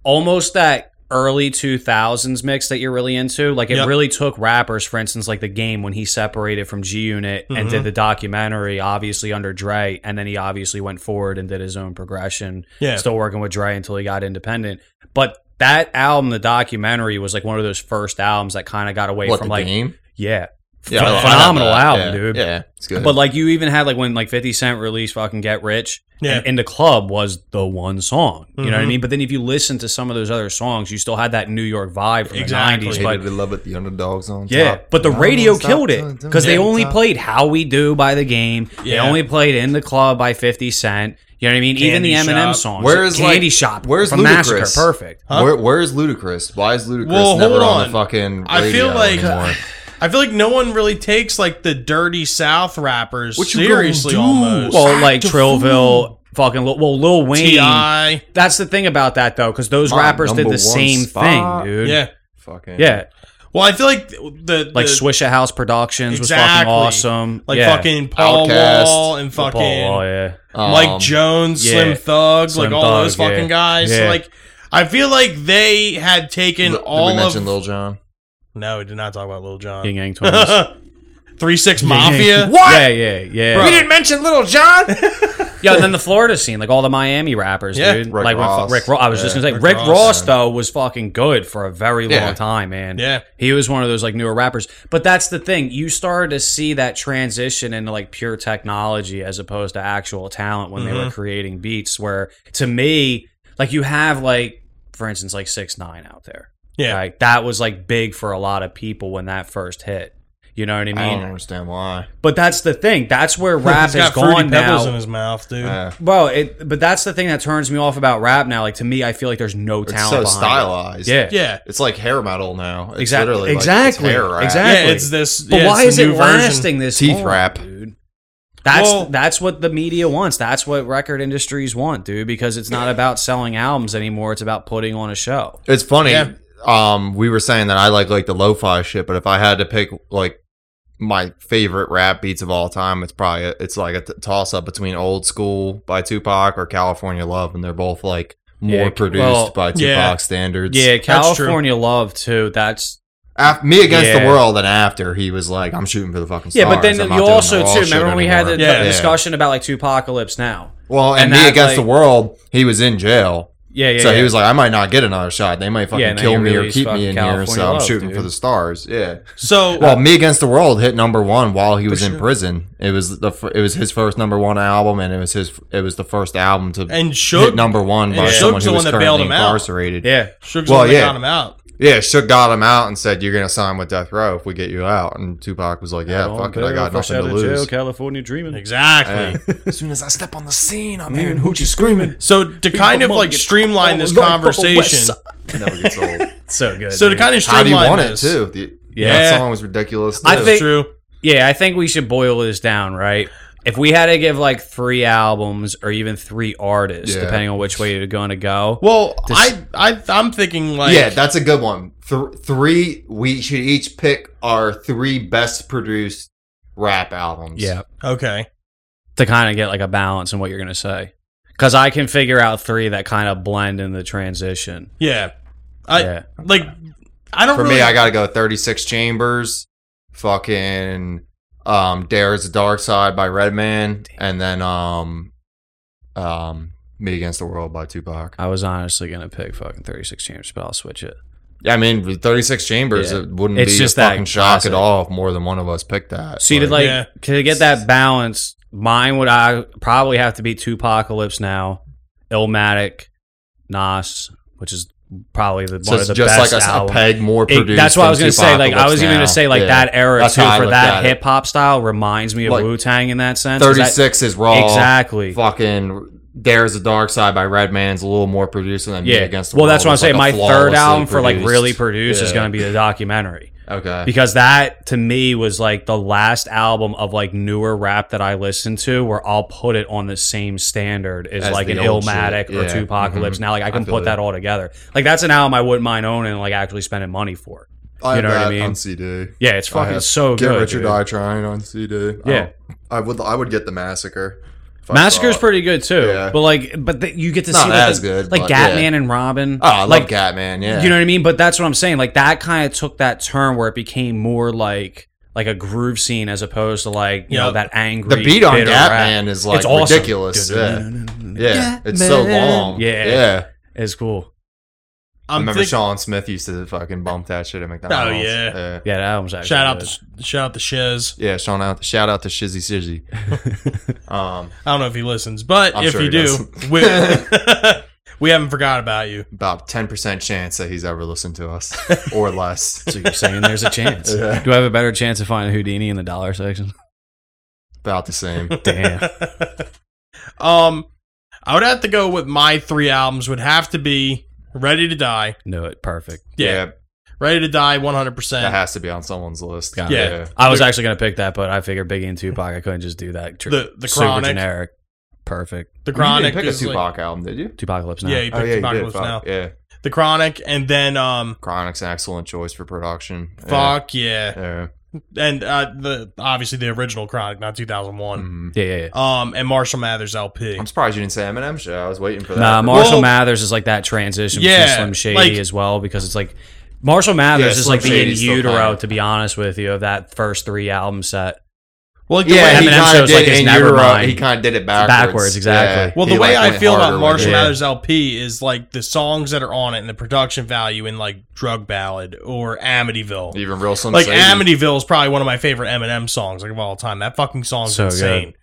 almost that early 2000s mix that you're really into, like it Yep. really took rappers, for instance, like the game when he separated from G Unit and Mm-hmm. did the documentary, obviously under Dre, and then he obviously went forward and did his own progression Yeah. still working with Dre until he got independent. But that album, the documentary, was like one of those first albums that kind of got away What from the like game? yeah, Yeah, ph- I- I have phenomenal that. album, Yeah, dude. Yeah, it's good. But like you even had like when like Fifty Cent released "Fucking Get Rich," Yeah. and, and the club was the one song. You know what I Mm-hmm. Mhm. mean? But then if you listen to some of those other songs, you still had that New York vibe from Exactly. the Hated '90s. But to love it. The underdogs on yeah, top. but the Underdogs radio on top, killed it dun, dun, because they dun, only top. played "How We Do" by the Game. They Yeah. only played "In the Club" by Fifty Cent. You know what I mean? Even Candy the Eminem Shop. songs. Where is, Candy like- Shop? where's from Massacre? Ludacris? Perfect. Huh? Where, where's Ludacris? Why is Ludacris Well, never hold on. on. the fucking? Radio I feel like- anymore? I feel like no one really takes like the dirty South rappers seriously almost. Well, like Trillville, fucking Lil- well, Lil Wayne. Ti, That's the thing about that though, because those My rappers did number the one same spot. thing, dude. yeah. fucking yeah. Well, I feel like the Like the, Swisha House Productions Exactly. was fucking awesome. like yeah. fucking Paul Outkast, Wall and Paul fucking Wall, yeah. Um, Mike Jones, yeah. Slim Thugs, Slim like all those Thug, yeah. fucking guys. So, Yeah. like, I feel like they had taken Did all we mention of. Lil John? no, we did not talk about Lil Yin John. Yang Twins. Three Six Mafia. What? Yeah, yeah, yeah. Bro. We didn't mention Little John. yeah, and then the Florida scene, like all the Miami rappers, Yeah. dude. Rick like when fu- Ross. Rick Ross. I was Yeah. just gonna say Rick, Rick Ross, Ross, though was fucking good for a very Yeah. long time, man. Yeah. he was one of those like newer rappers. But that's the thing, you started to see that transition into like pure technology as opposed to actual talent when Mm-hmm. they were creating beats. Where to me, like you have like for instance like six nine out there. Yeah. Like that was like big for a lot of people when that first hit. You know what I mean? I don't understand why. But that's the thing. That's where rap He's has got fruity gone pebbles in now. his mouth, dude. Yeah. Bro, it, but that's the thing that turns me off about rap now. Like to me, I feel like there's no It's talent. so behind stylized. It. Yeah. yeah. It's like hair metal now. It's Exactly. literally like, it's Exactly. hair rap. Exactly. Yeah, it's this. But yeah, it's why the is it new version. lasting this Teeth long, rap. dude? That's Well- that's what the media wants. That's what record industries want, dude. Because it's not about selling albums anymore. It's about putting on a show. It's funny. Yeah. Um, we were saying that I like like the lo-fi shit, but if I had to pick like my favorite rap beats of all time, it's probably it's like a t- toss up between "Old School" by Tupac or "California Love," and they're both like more Yeah, produced well, by Tupac yeah. standards. Yeah, That's true. California Love too. That's Af- me against Yeah. the world, and after he was like, "I'm shooting for the fucking yeah, stars." but then I'm not you doing also the raw too shit remember when we had the anymore." Yeah. discussion about like Tupacalypse now. well, and, and me that, against like- the world, he was in jail. Yeah, yeah. so yeah. he was like, I might not get another shot. They might fucking Yeah, and then kill he me or released keep me in fucking here. California So I'm Love, shooting for dude. the stars. Yeah. So Well, Me Against the World hit number one while he was in sure. prison. It was the fir- it was his first number one album, and it was his it was the first album to and hit Shook, number one and by Suge's someone the who was one that bailed currently him out. incarcerated. yeah. Shook's Well, well, yeah. got him out. yeah, Shook got him out and said, "You're gonna sign with Death Row if we get you out." And Tupac was like, "Yeah, fuck it, I got nothing to lose." California dreaming. Exactly. as soon as I step on the scene, I'm hearing hoochie screaming. So to kind of like streamline this conversation, It never gets old. so good. So to dude. kind of How do you streamline want it this, too? The, Yeah. that song was ridiculous. I too. That's think- true. yeah, I think we should boil this down, right? If we had to give like three albums or even three artists, Yeah. depending on which way you're going to go, Well, This- I, I, I'm thinking like yeah, that's a good one. Th- three. We should each pick our three best produced rap albums. yeah, okay. to kind of get like a balance in what you're going to say. Because I can figure out three that kind of blend in the transition. Yeah, I yeah. like. I don't For really, me, I gotta go 36 Chambers, fucking um Dare's the Dark Side by Redman, and then um um Me Against the World by Tupac. I was honestly going to pick fucking 36 Chambers, but I'll switch it. Yeah, I mean with 36 Chambers, Yeah. it wouldn't It's be just just that fucking shock classic. at all if more than one of us picked that. So you did Like, like Yeah. to get that balance. Mine would I probably have to be two apocalypse now, Illmatic, Nas, which is probably the so one it's of the just best like a, a albums. peg more It- produced. that's what I than was gonna say. Like I was even gonna Tupacalypse say like Now. that era That's too how I for looked that at it. hip hop style reminds me of Like, Wu Tang in that sense. 'cause that- 36 is raw. exactly. Fucking There's the Dark Side by Redman's a little more produced than Me yeah. Against the well, World. that's what I'm It's like saying. a My third flawlessly album for like produced- really produced is Yeah. gonna be the documentary. Okay. because that to me was like the last album of like newer rap that I listened to where I'll put it on the same standard as, As like an the old Illmatic shit. or Yeah. Two Apocalypse. Mhm. Now like I I can feel put that you. all together. Like that's an album I wouldn't mind owning and like actually spending money for. I You know have what I that mean? On CD. Yeah, it's I fucking have so Get good. Rich or dude. Die Trying on CD. Yeah. I, I would. I would get the Massacre. if I Massacre's saw it. pretty good too. Yeah. But like but the, you get to Not see as like, the- good, like but Gatman yeah. and Robin. Oh, I love like Catman. Yeah. You know what I mean? But that's what I'm saying. Like that kind of took that turn where it became more like like a groove scene as opposed to like you know Yeah. that angry. the beat on bitter rap. Catman is like It's awesome. ridiculous. Yeah. Yeah. It's so long. Yeah. Yeah. It's cool. I I'm remember think- Sean Smith used to fucking bump that shit at McDonald's. yeah. Yeah. Oh, Yeah, that album's actually shout out good. to shout out to Shiz. Yeah, Sean out shout out to Shizzy Shizzy. um I don't know if he listens, but I'm if sure you he do, does. we, we haven't forgot about you. about ten percent chance that he's ever listened to us. or less. So you're saying there's a chance? Yeah. Do I have a better chance of finding Houdini in the dollar section? About the same. Damn. um, I would have to go with my three albums. Would have to be Ready to Die. Knew it. Perfect. Yeah, Ready to Die, 100. That percent has to be on someone's list. Got it. Yeah. I was actually gonna pick that, but I figured Biggie and Tupac. I couldn't just do that. Tr- The the super Chronic, generic. Perfect. the You didn't Chronic pick a is Tupac like, album, did you? Tupacalypse now. yeah, you picked Oh, you Tupac did, Lives fuck, now. Yeah. The Chronic, and then um, Chronic's an excellent choice for production. Yeah. fuck yeah, Yeah. and uh, the obviously the original Chronic, not 2001. Mhm. yeah, yeah. yeah. Um, and Marshall Mathers LP. I'm surprised you didn't say Eminem shit. I was waiting for that. Nah, Marshall Well- Mathers is like that transition Yeah, between Slim Shady like- as well because it's like Marshall Mathers is Slim like the in Shady's still utero, kinda- to be honest with you, of that first three album set. Well, like, the way yeah, he Eminem kind shows, of did like, it his in Nevermind. utero. He kind of did it backwards. Backwards, exactly. Well, He, the way like, I went feel harder about with Marshall it. Mathers LP is like the songs that are on it and the production value in like Drug Ballad or Amityville. even real Slim Like Shady. Amityville is probably one of my favorite Eminem songs like of all time. That fucking song's So good. insane.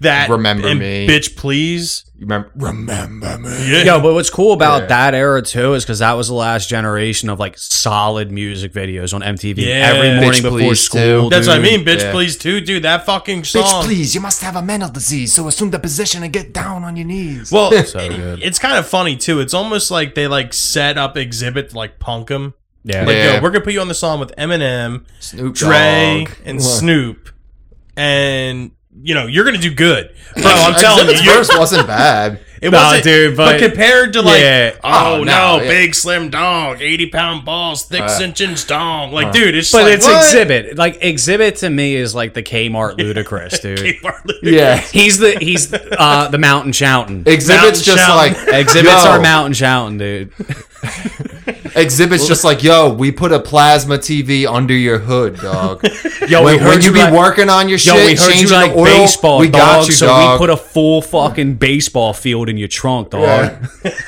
That Remember and Me. bitch, please. You Remember, remember me. Yeah, Yo, but what's cool about Yeah. that era too is because that was the last generation of like solid music videos on MTV Yeah. every Bitch morning before Please, school. too. that's what I mean. dude. Bitch, yeah. please too, dude. That fucking song. please, you must have a mental disease, so assume the position and get down on your knees. Well, So it- good. it's kind of funny too. It's almost like they like set up exhibit to, like punk them. Yeah. Like, Yeah. yo, we're gonna put you on the song with Eminem. Snoop Dre Dogg. and Snoop, and you know you're gonna do good, bro. I'm telling you, Exhibit's you're, verse wasn't bad. it Nah, wasn't, dude, but- compared to like, Yeah. oh, Oh, no, no, yeah. big slim dog, eighty pound balls, thick Uh, cinchins dong, like, dude, it's just But like, it's what? exhibit. Like exhibit to me is like the Kmart ludicrous, dude. Yeah, he's the he's uh the mountain shouting. exhibits just Mountain like Exhibits yo, are mountain shouting, dude. Exhibits just like yo, we put a plasma TV under your hood, dog. Yo, when, when you be like- working on your Yo, shit, we heard you changing like the oil, baseball, we dog. got you, so dog. we put a full fucking baseball field in your trunk, dog. Yeah.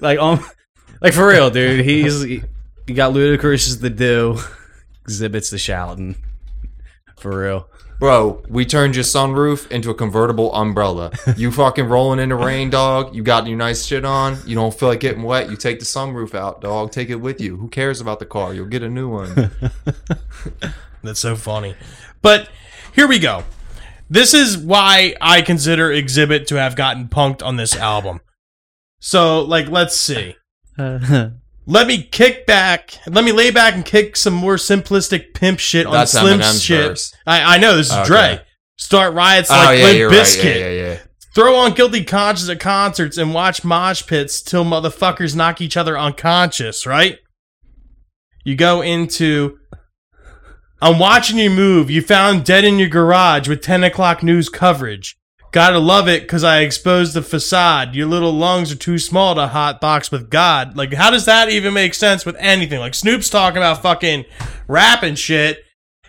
Like um, like for real, dude. He's he, you got Ludacris as the do, exhibits the shouting. For real, Bro, we turned your sunroof into a convertible umbrella. You fucking rolling in the rain, dog. You got your nice shit on. You don't feel like getting wet. You take the sunroof out, dog. Take it with you. Who cares about the car? You'll get a new one. That's so funny. But here we go. This is why I consider Exhibit to have gotten punked on this album. So, like, let's see. Uh, Let me kick back. Let me lay back and kick some more simplistic pimp shit on That's Slim Eminem's shit. verse. I, I know this is Okay. Dre. Start riots oh like yeah, Limp you're Biscuit. right. Yeah, yeah, yeah. Throw on guilty conscience at concerts and watch mosh pits till motherfuckers knock each other unconscious, right? You go into I'm watching you move. You found dead in your garage with 10 o'clock news coverage. Gotta love it because I exposed the facade. Your little lungs are too small to hot box with God. Like, how does that even make sense with anything? Like, Snoop's talking about fucking rap and shit.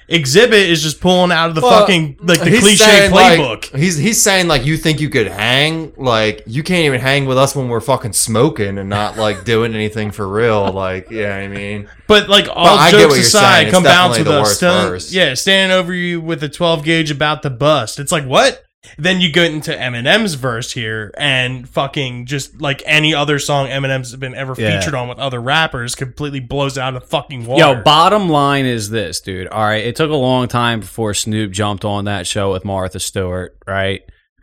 Exhibit is just pulling out of the Well, fucking, like, the He's cliche saying, like- playbook. he's he's saying like you think you could hang, like you can't even hang with us when we're fucking smoking and not like doing anything for real. Like, yeah, I mean, But like all I get jokes what you're saying. aside, It's come bounce definitely with the us. worst Stand- verse. yeah, standing over you with a 12 gauge about the bust. It's like what? Then you get into Eminem's verse here, and fucking just like any other song Eminem's been ever Yeah. featured on with other rappers, completely blows out of the fucking water. Yo, bottom line is this, dude. All right, it took a long time before Snoop jumped on that show with Martha Stewart, right?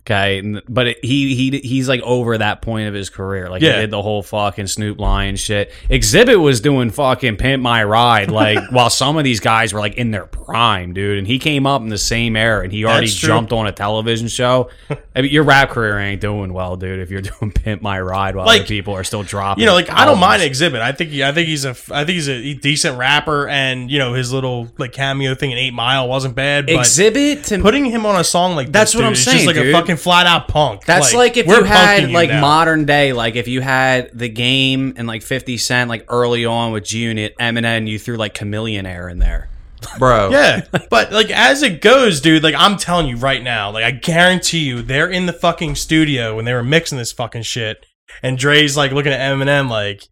Okay, and- but it, he he he's like over that point of his career. Like Yeah. he did the whole fucking Snoop Lion shit. Exhibit was doing fucking Pimp My Ride, like while some of these guys were like in their prime, dude. And he came up in the same era, and he already That's true. jumped on a television show. I mean, your rap career ain't doing well, dude. If you're doing Pimp My Ride while Like, other people are still dropping, you know, like I don't albums. mind Exhibit. I think he, I think he's a I think he's a e, decent rapper, and you know his little like cameo thing in Eight Mile wasn't bad. But Exhibit to putting him on a song like That's this, what dude, I'm it's saying, just like dude. a fucking flat out punk. That's like, if we're you punking had you like now. modern day, like if you had the game and like Fifty Cent, like early on with G Unit, Eminem, you threw like Chameleon Air in there. bro. Yeah, but like as it goes, dude. Like I'm telling you right now, like I guarantee you, they're in the fucking studio when they were mixing this fucking shit, and Dre's like looking at Eminem like,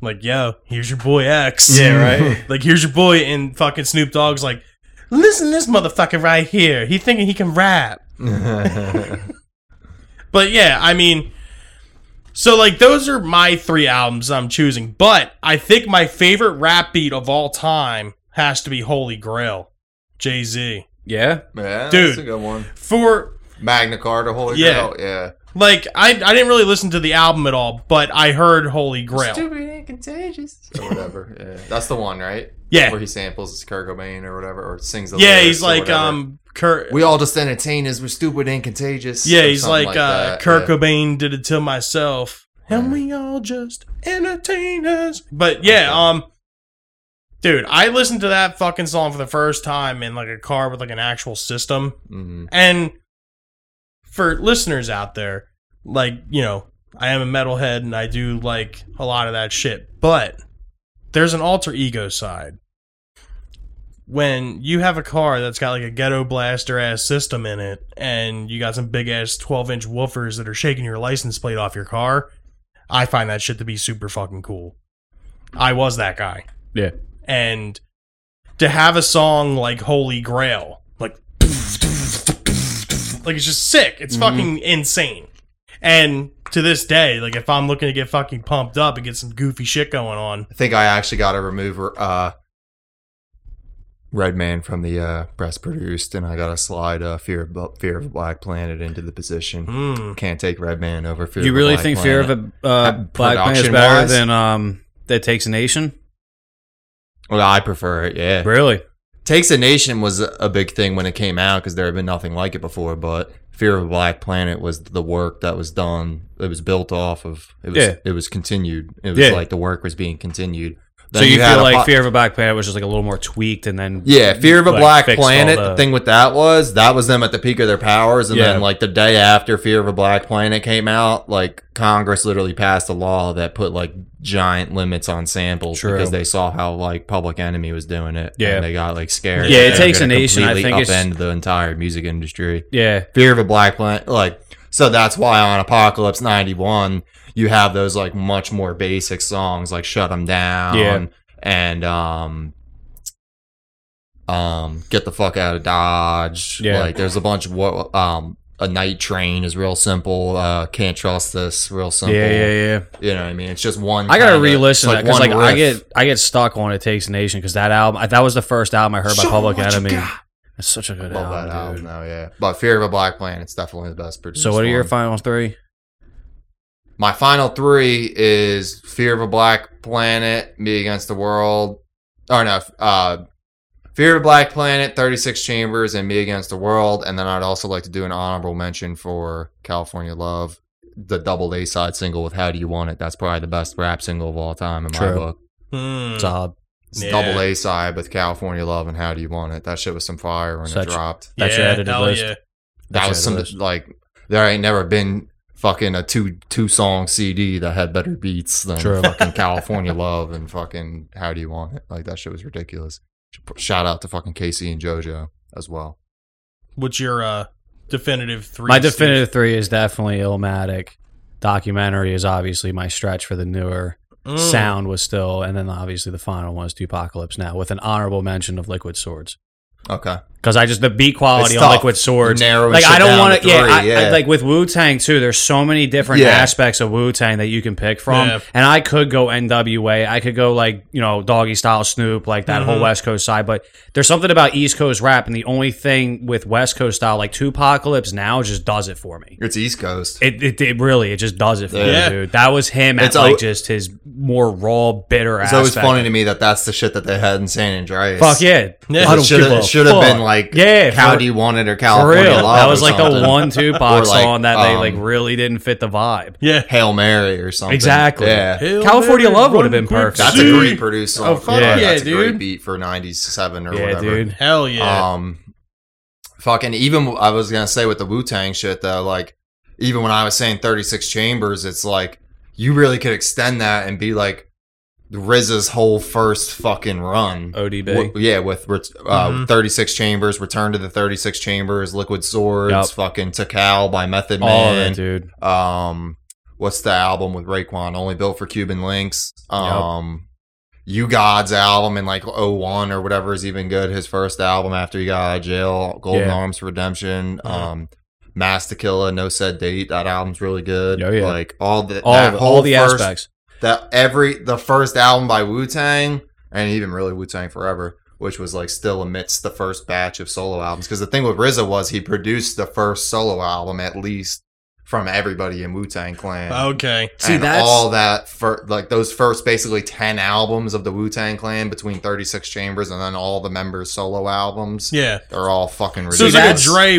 like yo, here's your boy X. Yeah, right. like here's your boy, and fucking Snoop Dogg's like, listen to this motherfucker right here. He thinking he can rap. But yeah, I mean, so like those are my three albums I'm choosing. But I think my favorite rap beat of all time has to be Holy Grail, Jay Z. Yeah, Yeah, Dude. that's a good one. For Magna Carta, Holy Yeah. Grail, yeah. like I, I didn't really listen to the album at all, but I heard Holy Grail. and contagious, or whatever. Yeah. That's the one, right? Yeah. where he samples Kurt Cobain or whatever, or sings. The Yeah, lyrics he's or like whatever. um Kurt. We all just entertainers. We're stupid and contagious. yeah, or he's something like, uh, that, Kurt yeah. Cobain did it to myself, and we all just entertainers. But yeah, um, dude, I listened to that fucking song for the first time in like a car with like an actual system, Mhm. and for listeners out there, like you know, I am a metalhead and I do like a lot of that shit, but there's an alter ego side. When you have a car that's got like a ghetto blaster ass system in it, and you got some big ass 12 inch woofers that are shaking your license plate off your car, I find that shit to be super fucking cool. I was that guy. Yeah. And to have a song like Holy Grail, like, like it's just sick. It's Mm-hmm. fucking insane. And to this day, like if I'm looking to get fucking pumped up and get some goofy shit going on, I think I actually got to remove uh, Redman from the uh, press produced, and I got to slide uh, Fear of Bu- Fear of a Black Planet into the position. mm, Can't take Redman over Fear. Hmm. you of a really Black think Planet. Fear of a uh, That Black Planet is better production-wise? than um that takes a nation? Well, I prefer it. Yeah, Really? Takes a Nation was a- a big thing when it came out because there had been nothing like it before. But Fear of a Black Planet was the work that was done. It was built off of. It was. Yeah. It was continued. It was Yeah. like the work was being continued. So Then you, had a feel like po- Fear of a Black Planet was just like a little more tweaked, and then Yeah, Fear of a like, Black fixed all Planet. The thing with that was that was them at the peak of their powers, and Yeah. then like the day after Fear of a Black Planet came out, like Congress literally passed a law that put like giant limits on samples True. because they saw how like Public Enemy was doing it. Yeah. and they got like scared. that Yeah, it they were takes gonna a nation, I completely think it's- upend the entire music industry. yeah, Fear of a Black Planet, like so that's why on Apocalypse '91 you have those like much more basic songs like "Shut 'Em Down" Yeah. and um, um, "Get the Fuck Out of Dodge." Yeah. like there's a bunch of what um, a night train is real simple. Uh, can't trust this, real yeah, simple. yeah, yeah. You know what I mean? It's just one. I gotta kinda- re-listen to it's that because like one I riff. get I get stuck on It Takes a Nation because that album I, that was the first album I heard by Show 'em Public what you Enemy. got. It's such a good love album. that dude. album now. Yeah, but Fear of a Black Planet, it's definitely the best. Produced So what are your one. final three? My final three is Fear of a Black Planet, Me Against the World, or no, uh, Fear of a Black Planet, 36 Chambers, and Me Against the World. And then I'd also like to do an honorable mention for California Love, the double A side single with How Do You Want It. That's probably the best rap single of all time in my True. book. Hmm. Solid. It's Yeah. double A side with California Love and How Do You Want It. That shit was some fire when Such- it dropped. That's your edited hell list. yeah. That That's was right, some it was. like there ain't never been fucking a two two song CD that had better beats than True. fucking California Love and fucking How Do You Want It. Like that shit was ridiculous. Shout out to fucking Casey and JoJo as well. What's your uh, definitive three? My Steve? definitive three is definitely Illmatic. Documentary is obviously my stretch for the newer. Mm. Sound was still, and then obviously the final one is Apocalypse Now with an honorable mention of Liquid Swords Okay, because I just the beat quality It's on tough. Liquid Swords. narrowing Like shit I don't down want to, to yeah, three, I- I- yeah. Like with Wu Tang too, there's so many different Yeah. aspects of Wu Tang that you can pick from, Yeah. and I could go NWA, I could go like you know Doggy Style Snoop, like that whole Mhm. West Coast side. But there's something about East Coast rap, and the only thing with West Coast style, like Tupacalypse now, just does it for me. it's East Coast. It, it, it really it just does it for Yeah. me, dude. That was him It's at like al- just his more raw, bitter. It's always aspect. funny to me that that's the shit that they had in San Andreas. Fuck yeah, Yeah. I It don't should give a have, should have been fuck. like yeah, How for- Do You Want It or for California real. Love. That or was like something. the one two box Or like, song that they um, like really didn't fit the vibe. Yeah. Hail Mary or something. Exactly. Yeah. Hail California Mary, Love would have run been quick, perfect. That's a shoot. great producer. Oh, fuck yeah, That's a dude. great beat for 97 or Yeah, whatever. dude. Hell yeah. Um, fucking even I was gonna say with the Wu Tang shit though, like even when I was saying 36 Chambers, it's like you really could extend that and be like RZA's whole first fucking run. ODB. W- yeah, with ret- uh, Mm-hmm. Mhm. 36 Chambers, Return to the 36 Chambers, Liquid Swords, Yup. fucking Takal by Method All of Man. it, dude. Um, what's the album with Raekwon? Only built for Cuban links. Um, You God's album in like 01 or whatever is even good. His first album after he got out of jail, Golden Yeah. Uh-huh. Arms for Redemption. Mhm. Um, Master Killer, No Said Date. That album's really good. Oh, yeah. Like all the All that of it, whole all the first, aspects. That every the first album by Wu Tang and even really Wu Tang Forever. Which was like still amidst the first batch of solo albums. Because the thing with RZA was he produced the first solo album at least from everybody in Wu Tang Oh, Clan. okay. See, and that's- all that for like those first basically ten albums of the Wu Tang Clan between Thirty Six Chambers and then all the members' solo albums. Yeah. They're all fucking So ridiculous. it's like a that's-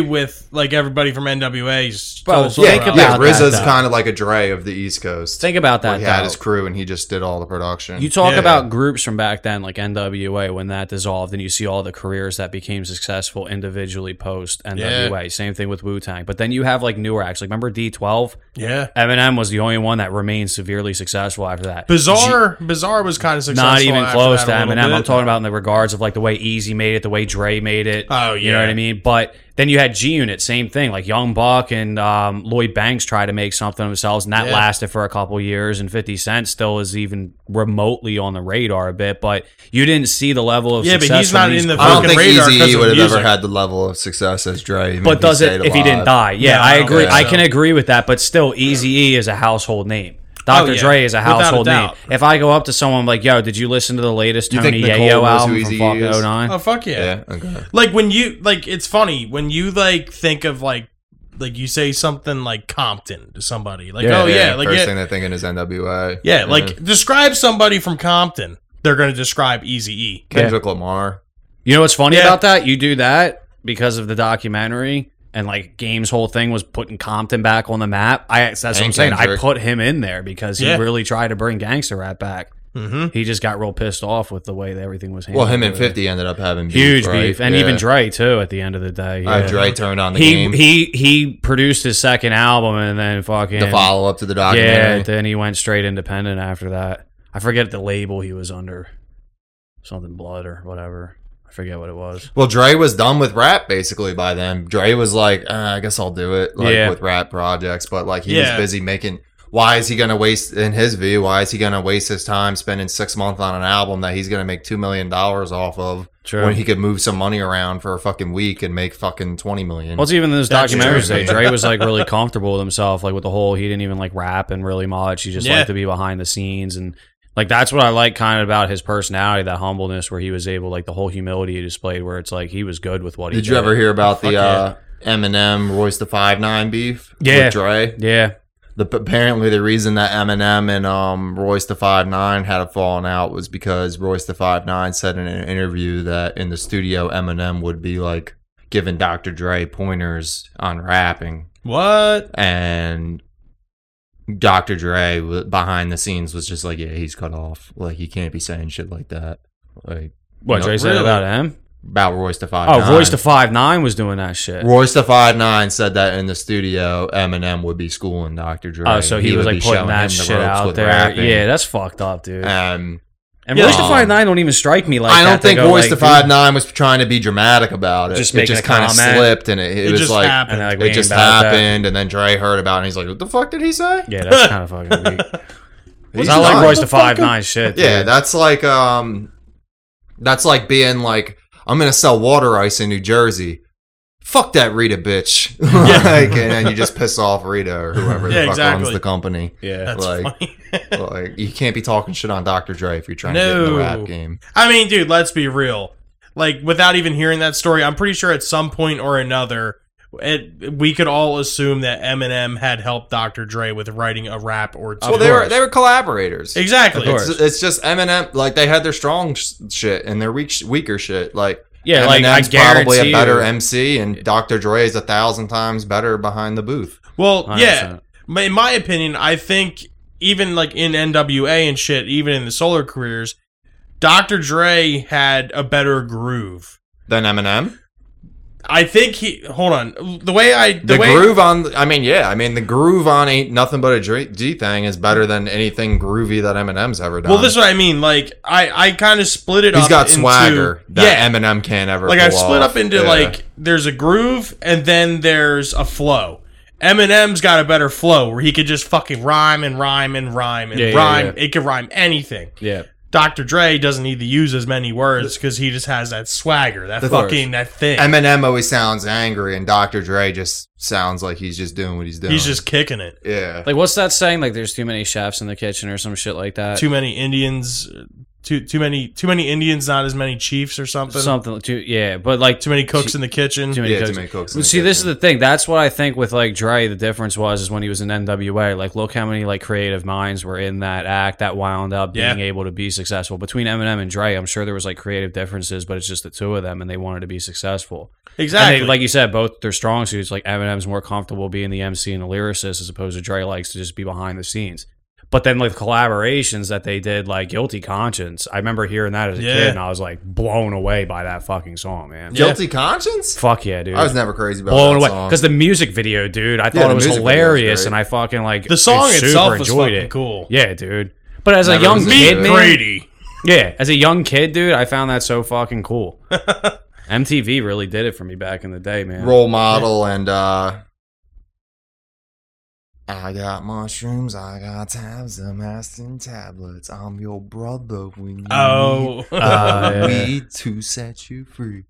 Dre with like everybody from NWA's. Bro, solo yeah, think album. yeah, about that, RZA's though. kind of like a Dre of the East Coast. Think about where that. he had Though. his crew and he just did all the production. You talk Yeah. about groups from back then, like NWA, when that dissolved, and you see all the careers that became successful individually post NWA. Same thing with Wu Tang. But then you have like newer acts. Like remember D12? yeah. Eminem was the only one that remained severely successful after that. Bizarre. Bizarre was kind of successful. not even after close to that a little Eminem. bit. I'm talking about in the regards of like the way Easy made it, the way Dre made it. Oh, you know yeah. what I mean. But then you had G Unit, same thing. Like Young Buck and um, Lloyd Banks tried to make something of themselves, and that Yeah. lasted for a couple years. And Fifty Cent still is even remotely on the radar a bit, but you didn't see the level of Yeah, but success he's from not these in the groups. I don't fucking think radar 'cause Easy of would have ever music. had the level of success as Dre, even But does he it stayed if he didn't alive. die? Yeah, Yeah, I I don't agree. think I so. can agree with that. But still, Easy E is a household name. Dr. Oh, yeah. Dre is a Without a household name. doubt. If I go up to someone like, "Yo, did you listen to the latest You Tony think Nicole Yayo knows who album from Eazy-E fucking is? 09? Oh fuck yeah. Yeah. Okay. Like when you like, it's funny when you like think of like like you say something like Compton to somebody. Like Yeah, oh yeah, like First yeah, thing they're thinking is NWA. yeah, like describe somebody from Compton. They're gonna describe Easy E. Kendrick Lamar. You know what's funny Yeah. about that? You do that because of the documentary and like Game's whole thing was putting Compton back on the map. I that's what I'm And saying. I Kendrick. put him in there because he Yeah. really tried to bring gangster rap back. Mm-hmm. He just got real pissed off with the way that everything was handled. Well, him and over there. Fifty ended up having beef, huge right? beef, and Yeah. even Dre too. At the end of the day, Uh, yeah. Dre turned on the he game. he he produced his second album and then fucking the follow up to the yeah. documentary. Then he went straight independent after that. I forget the label he was under, something blood or whatever. I forget what it was. well, Dre was done with rap basically by then. Dre was like, uh, I guess I'll do it like Yeah. with rap projects, but like he Yeah. was busy making. Why is he gonna waste in his view? Why is he gonna waste his time spending six months on an album that he's gonna make two million dollars off of True. when he could move some money around for a fucking week and make fucking twenty million? Well, it's even in this That's documentary true. say Dre was like really comfortable with himself, like with the whole he didn't even like rap and really much. He just Yeah. liked to be behind the scenes and like that's what I like kind of about his personality, that humbleness where he was able like the whole humility he displayed where it's like he was good with what he Did did. you ever hear about Fuck the uh, Eminem Royce the Five Nine beef? Yeah. with Dre. Yeah. The, apparently, the reason that Eminem and um, Royce the Five Nine had a falling out was because Royce the Five Nine said in an interview that in the studio, Eminem would be like giving Dr. Dre pointers on rapping, What? and Dr. Dre wa- behind the scenes was just like, yeah, he's cut off. Like he can't be saying shit like that. Like What No, Dre said really. about him? about Royce the Five. Oh, Royce the Five Nine was doing that shit. Royce the Five Nine said that in the studio, Eminem would be schooling Dr. Dre. Oh, so he, was would like be putting showing him that the shit ropes out with there. rapping. Yeah, that's fucked up, dude. Um, and yeah. Royce the Five Nine don't even strike me like I that. don't They think go Royce like, the Five Nine was trying to be dramatic about it. Just it making just a kind of comment. slipped, and it, it, It was just like happened. And they're like, we it ain't just about that. happened, and then Dre heard about it, and he's like, "What the fuck did he say?" Yeah, that's kind of fucking weak. He's It's not like not Royce the motherfucking- Five Nine shit. dude. Yeah, that's like um, that's like being like, I'm gonna sell water ice in New Jersey. Fuck that Rita bitch. like, and then you just piss off Rita or whoever Yeah, the fuck exactly. owns the company. yeah. That's Like- funny. Like, you can't be talking shit on Dr. Dre if you're trying to get in No. the rap game. I mean, dude, let's be real. Like, without even hearing that story, I'm pretty sure at some point or another, it, we could all assume that Eminem had helped Dr. Dre with writing a rap or two. Of well, they were course. they were collaborators. exactly. Of course. It's, it's just Eminem. Like they had their strong sh- shit and their weak sh- weaker shit. Like Yeah, like I Eminem's probably guarantee a better you- MC, and Dr. Dre is a thousand times better behind the booth. Well, 100%. yeah. But in my opinion, I think even like in NWA and shit, even in the solo careers, Dr. Dre had a better groove. Than Eminem. I think he. Hold on. The way I. The, the, way, groove on i mean yeah i mean the groove on ain't nothing but a Dre- d thing is better than anything groovy that eminem's ever done Well, this is what I mean. Like, I, I kind of split it up. he's got into- swagger that yeah. eminem can't ever like I pull split off. up into Yeah. like there's a groove and then there's a flow. Eminem's got a better flow where he could just fucking rhyme and rhyme and rhyme and Yeah, yeah, rhyme. It could rhyme anything. yeah. Dr. Dre doesn't need to use as many words because he just has that swagger, that Of course. fucking that thing. eminem always sounds angry and dr dre just sounds like he's just doing what he's doing He's just kicking it. yeah Like, what's that saying? Like, there's too many chefs in the kitchen or some shit like that. Too many Indians, uh, too too many too many Indians, not as many chiefs or something. Something. Too, yeah, but like too many cooks in the kitchen. too many yeah, cooks. too many cooks. in Well, the See, this is kitchen. the thing. That's what I think with like Dre. The difference was is when he was in NWA. Like, look how many like creative minds were in that act that wound up Yeah. being able to be successful. Between Eminem and Dre, I'm sure there was like creative differences, but it's just the two of them, and they wanted to be successful. And exactly. they, like you said, both their strong suits. Like Eminem's more comfortable being the MC and the lyricist as opposed to Dre likes to just be behind the scenes. But then like collaborations that they did, like Guilty Conscience. I remember hearing that as a Yeah. kid, and I was like blown away by that fucking song, man. Yeah. guilty conscience Fuck yeah, dude i was never crazy about blown that away song. because the music video, dude. I thought the it was music video is hilarious, great. and I fucking like the song super itself was enjoyed fucking it. cool. Yeah, dude. But as a Never young listened to kid, it. man, Brady. yeah, as a young kid, dude, I found that so fucking cool. MTV really did it for me back in the day, man. role model and uh I got mushrooms, I got tabs, I'm asking tablets. I'm your brother when you need Oh, Uh, yeah. weed to set you free.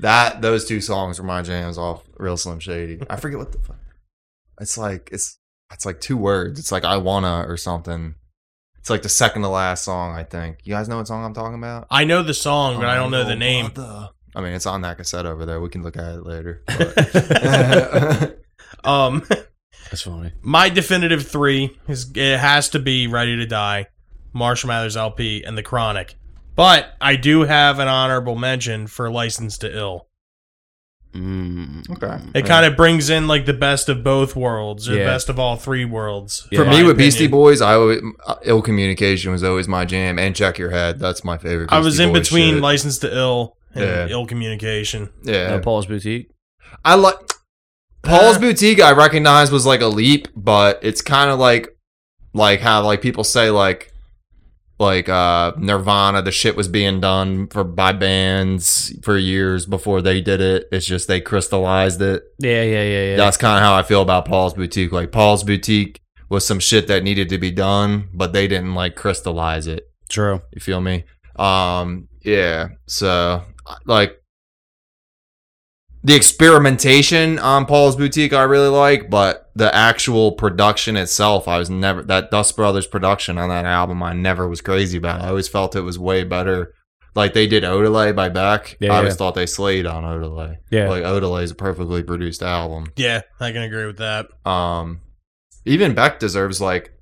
That those two songs were my jams off Real Slim Shady. I forget what the fuck. It's like it's it's like two words. It's like I wanna or something. It's like the second to last song, I think. You guys know what song I'm talking about? I know the song, but I don't I'm know your the name. brother. I mean, it's on that cassette over there. We can look at it later. but- Um, That's funny. my definitive three is it has to be Ready to Die, Marshall Mathers LP, and The Chronic. But I do have an honorable mention for License to Ill. Mm. Okay. It kind of brings in like the best of both worlds, or the Yeah. best of all three worlds. Yeah. For in me, my with Beastie opinion. Boys, I always, uh, ill communication was always my jam, and check your head. That's my favorite. I was Beastie in Boys between shit. License to Ill and Yeah. Ill Communication. yeah, No, Paul's boutique. I like Paul's Uh. Boutique. I recognize was like a leap, but it's kind of like, like how like people say like, like uh Nirvana, the shit was being done for by bands for years before they did it. It's just they crystallized it. Yeah, yeah, yeah, yeah. That's kind of how I feel about Paul's Boutique. Like Paul's Boutique was some shit that needed to be done, but they didn't like crystallize it. true. You feel me? Um, yeah. So like the experimentation on Paul's Boutique, I really like, but the actual production itself, I was never that Dust Brothers production on that album. I never was crazy about. I always felt it was way better. Like they did Odelay by Beck. Yeah, I always yeah. thought they slayed on Odelay. Yeah. Like Odelay is a perfectly produced album. Yeah, I can agree with that. Um, Even Beck deserves like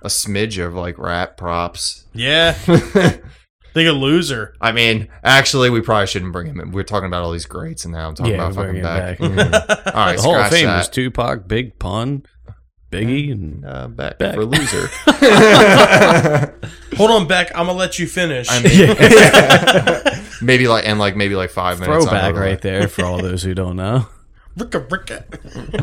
a smidge of like rap props. Yeah, they could lose her. I mean, actually, we probably shouldn't bring him in. We're talking about all these greats, and now I'm talking Yeah, about we're fucking Beck. bringing Mm. all right, the Hall of scratch Fame that. was Tupac, Big Pun, Biggie, and uh, Beck, Beck. for loser. Hold on, Beck. I'm gonna let you finish. I mean, maybe like and like maybe like five minutes. throwback under right there for all those who don't know. Ricka Ricka.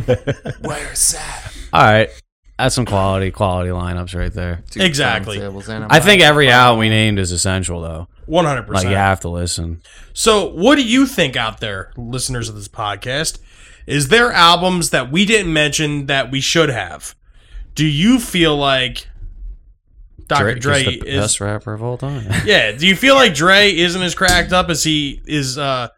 that. Where's that? All right, that's some quality quality lineups right there. Two Exactly. timetables and a I think every album we named is essential though. One hundred Like percent. you have to listen. So, what do you think out there, listeners of this podcast? Is there albums that we didn't mention that we should have? Do you feel like Dr. Dre is the is best rapper of all time. Yeah, do you feel like Dre isn't as cracked up as he is uh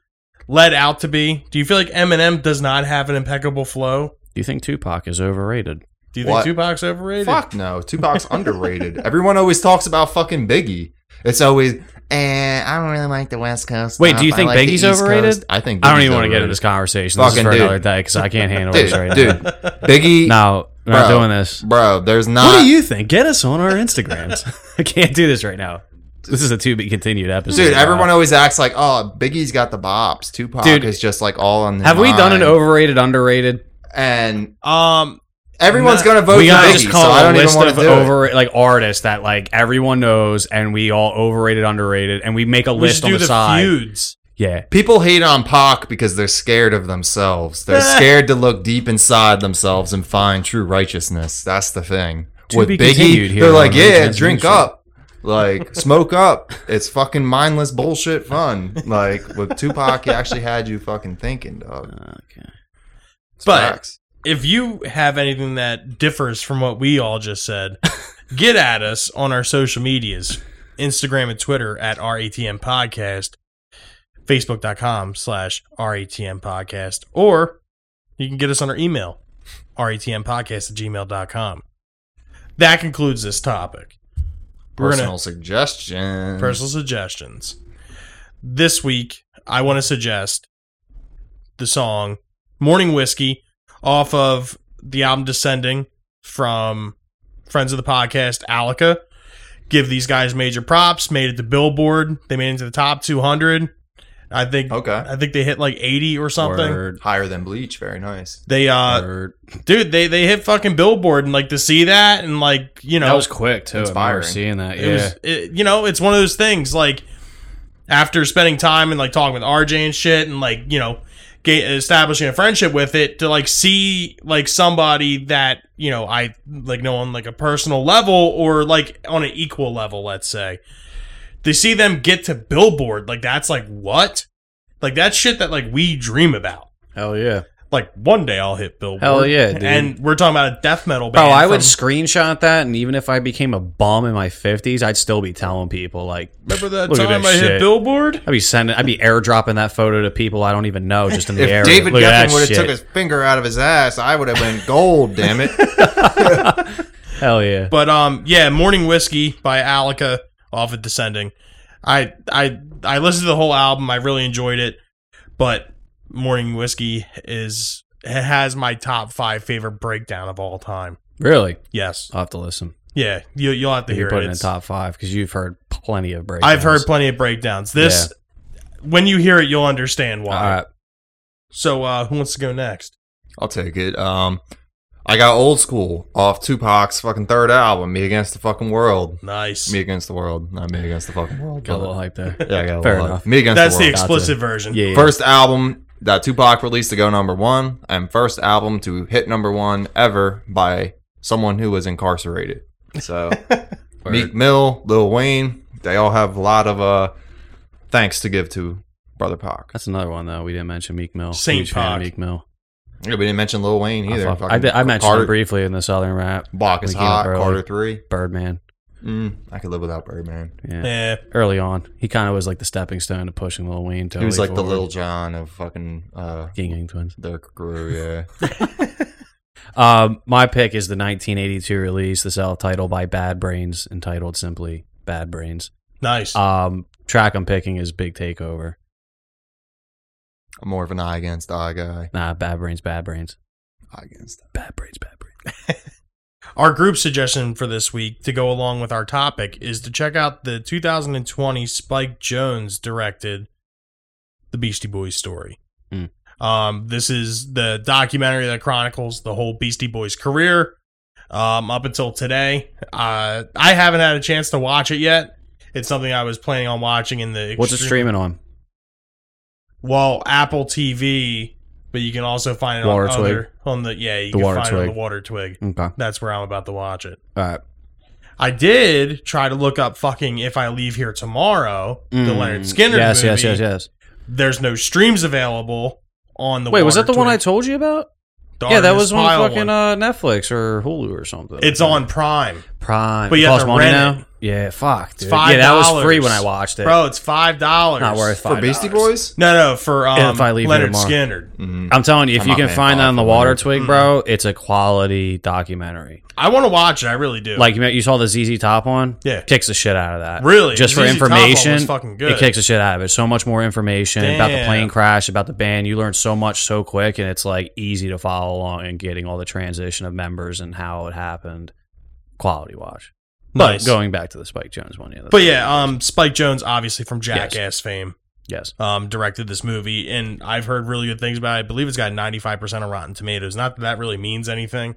led out to be? Do you feel like Eminem does not have an impeccable flow? Do you think Tupac is overrated? Do you think What? Tupac's overrated? Fuck no, Tupac's underrated. Everyone always talks about fucking Biggie. It's always, eh, I don't really like the West Coast. Wait, stuff. do you I think like the East Biggie's overrated? Coast." I think. I don't Biggie's even want to get into overrated. this conversation. This is Fucking for another dude. day because I can't handle Dude, this right now. dude, Biggie, No, we're not Bro. doing this. bro. There's not. What do you think? Get us on our Instagrams. I can't do this right now. This is a to be continued episode. Dude, everyone always acts like, oh, Biggie's got the bops. Tupac Dude, is just like all on. his Have we done an mind." overrated, underrated? And Um everyone's Not- gonna vote we for gotta Biggie. just so call I a don't list even want of to do it. over like artists that like everyone knows, and we all overrated, underrated, and we make a we list should on do the, the side. feuds. Yeah, People hate on Pac because they're scared of themselves. They're scared to look deep inside themselves and find true righteousness. That's the thing. To With be Biggie, continued here they're like, on yeah, Rage drink Against the up. Like, smoke up. It's fucking mindless bullshit fun. Like, with Tupac, he actually had you fucking thinking, dog. okay. It's But- facts. If you have anything that differs from what we all just said, get at us on our social medias Instagram and Twitter at RATM Podcast, Facebook.com slash RATM Podcast, or you can get us on our email, RATM Podcast at gmail.com. That concludes this topic. We're gonna- personal suggestion. Mm-hmm. Personal suggestions. This week, I want to suggest the song Morning Whiskey off of the album Descending from Friends of the Podcast, Alica. Give these guys major props. Made it to Billboard. They made it to the top 200. I think okay. I think they hit like 80 or something. Word, Higher than Bleach. Very nice. They uh word. dude, they they hit fucking Billboard and like to see that and like, you know, that was quick too. I remember inspiring. seeing that. Yeah, it was it, you know it's one of those things like after spending time and like talking with rj and shit and like you know ga establishing a friendship with it to like see like somebody that you know i like know on like a personal level or like on an equal level let's say to see them get to billboard like that's like what like that's shit that like we dream about hell yeah. like one day i'll hit billboard Hell yeah, dude. and we're talking about a death metal band Bro, I from- would screenshot that, and even if I became a bum in my fifties, I'd still be telling people like, remember that Look at time this i hit shit. billboard I'd be sending, I'd be airdropping that photo to people I don't even know, just in the If area. David Look at Geffen that would have shit. took his finger out of his ass, I would have been gold. damn it. hell yeah, But um, yeah, Morning Whiskey by Alica off of Descending. I I I listened to the whole album. I really enjoyed it. But Morning Whiskey is it has my top five favorite breakdown of all time. really. Yes, I'll have to listen. yeah, you you'll have to If you hear put it. it in the It's- top five because you've heard plenty of breakdowns. I've heard plenty of breakdowns. This when you hear it, you'll understand why. All right. So uh, who wants to go next? I'll take it. Um, I got old school off Tupac's fucking third album, Me Against the Fucking World. Nice. Me Against the World, not Me Against the Fucking World. Got a little hype there. Yeah, I got a Fair little enough. Me Against That's the the World. ex- explicit version. Yeah, yeah. first album that Tupac released to go number one, and first album to hit number one ever by someone who was incarcerated. So Meek Mill, Lil Wayne, they all have a lot of uh thanks to give to Brother Pac. That's another one though. We didn't mention Meek Mill. Saint Huge fan of Pac. Meek Mill. Yeah, we didn't mention Lil Wayne I, either. fuck- I, Fucking did- I mentioned Carter, him briefly in the Southern Rap. Bach is We came up hot. early. Carter three. Birdman. Mm, I could live without Birdman. Yeah. Yeah. Early on, he kind of was like the stepping stone to pushing Lil Wayne. Totally He was like the forward. Little John of fucking uh, Ying Yang Twins. their crew. Yeah, Um, my pick is the 1982 release, the self-titled by Bad Brains, entitled simply "Bad Brains." Nice. Um, track I'm picking is "Big Takeover." I'm more of an eye against eye guy. Nah, Bad Brains, Bad Brains, Eye against. Bad Brains, Bad Brains. Our group suggestion for this week to go along with our topic is to check out the 2020 Spike Jones directed The Beastie Boys Story. Hmm. Um, this is the documentary that chronicles the whole Beastie Boys career um, up until today. Uh, I haven't had a chance to watch it yet. It's something I was planning on watching in the What's it extreme- streaming on? well, Apple TV, but you can also find it Water on Twig. other on the yeah, you The can Water find it on Twig. the Water Twig. Okay. All That's where I'm about to watch it. right. I did try to look up fucking if I leave here tomorrow, the Mm, Leonard Skinner Yes, movie. yes, yes, yes. There's no streams available on the Wait, was that Water the one I Twig. told you about? The yeah, that Artemis was on Fowl fucking one. uh, Netflix or Hulu or something. It's on Prime, Prime. But It you have costs to money rent now. Yeah, fuck, dude. $5. Yeah, that was free when I watched it. bro. It's five dollars. Not worth For five Beastie dollars. Mm-hmm. Boys? No, no, for um, If I leave here Leonard tomorrow. Skinner. Mhm. I'm telling you, if I'm you not can paying find that five on the for Water Leonard. Mm-hmm. Twig, bro, it's a quality documentary. I want to watch it. I really do. Like you, you saw the ZZ Top one, Yeah. kicks the shit out of that. Really? just for ZZ Top one was information, fucking good. it kicks the shit out of it. So much more information about the Damn. plane crash, about the band. You learn so much so quick, and it's like easy to follow along and getting all the transition of members and how it happened. Quality watch, but Nice. going back to the Spike Jones one, yeah, that's- But yeah, um, Spike Jones, obviously from Jackass fame, yes, um, directed this movie, and I've heard really good things about it. I believe it's got 95% on Rotten Tomatoes. Not that that really means anything,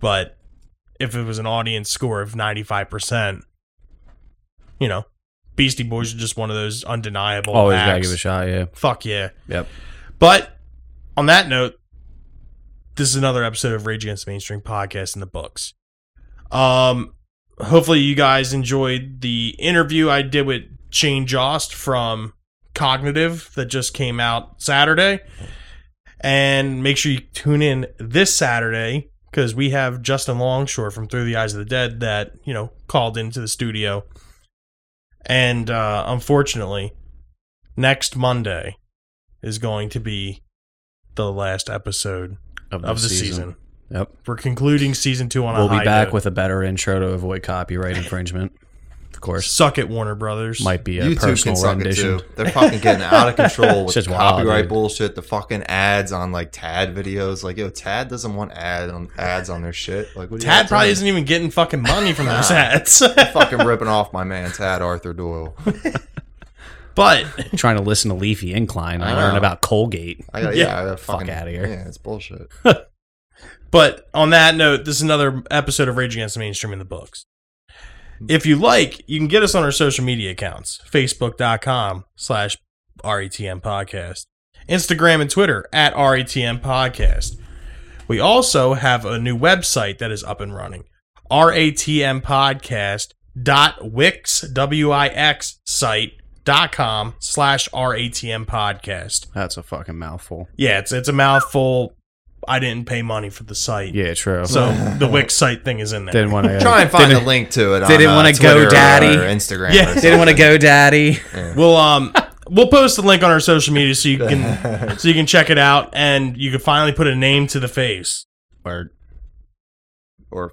but if it was an audience score of 95%, you know, Beastie Boys are just one of those undeniable. always gotta acts. give it a shot. Yeah, Fuck yeah. Yep. But on that note, this is another episode of Rage Against the Mainstream podcast in the books. Um, hopefully you guys enjoyed the interview I did with Shane Jost from Cognitive that just came out Saturday. And make sure you tune in this Saturday because we have Justin Longshore from Through the Eyes of the Dead that, you know, called into the studio. And uh, unfortunately, next Monday is going to be the last episode of the season. Yep, We're concluding season two on a we'll be high back note. with a better intro to avoid copyright infringement. Of course, Suck it, Warner Brothers. might be a YouTube can personal suck rendition. it too. They're fucking getting out of control with Shit's the wild, copyright dude. bullshit. The fucking ads on like Tad videos. Like yo, Tad doesn't want ad on ads on their shit. Like what are you Tad probably doing? isn't even getting fucking money from those ads. fucking ripping off my man Tad Arthur Doyle. but Trying to listen to Leafy Incline I and Uh-huh. learn know. about Colgate. I got Yeah, yeah, I gotta fuck fucking outta here. Yeah, it's bullshit. but on that note, this is another episode of Rage Against the Mainstream in the books. If you like, you can get us on our social media accounts, facebook.com slash RETM podcast, Instagram and Twitter at RETM podcast. We also have a new website that is up and running, RATM podcast dot wix w i x site dot com slash ratm podcast That's a fucking mouthful. yeah it's it's a mouthful i didn't pay money for the site Yeah, true. so the wix site thing is in there didn't want to Try and find didn't, a link to it. they on, didn't uh, wanna go Twitter daddy. or Instagram. Yeah, or they didn't want to go, Daddy. We'll um we'll post the link on our social media so you can so you can check it out and you can finally put a name to the face. Or something. or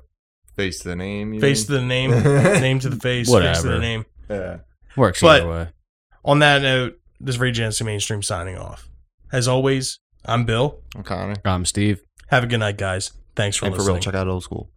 face the name. You Face to the name, name to the face, face to Whatever. the name. mean? yeah. works But- either way. On that note, this is Rage Against the Mainstream signing off. As always, I'm Bill. I'm Connor. I'm Steve. Have a good night, guys. Thanks for And for listening. real, check out old school.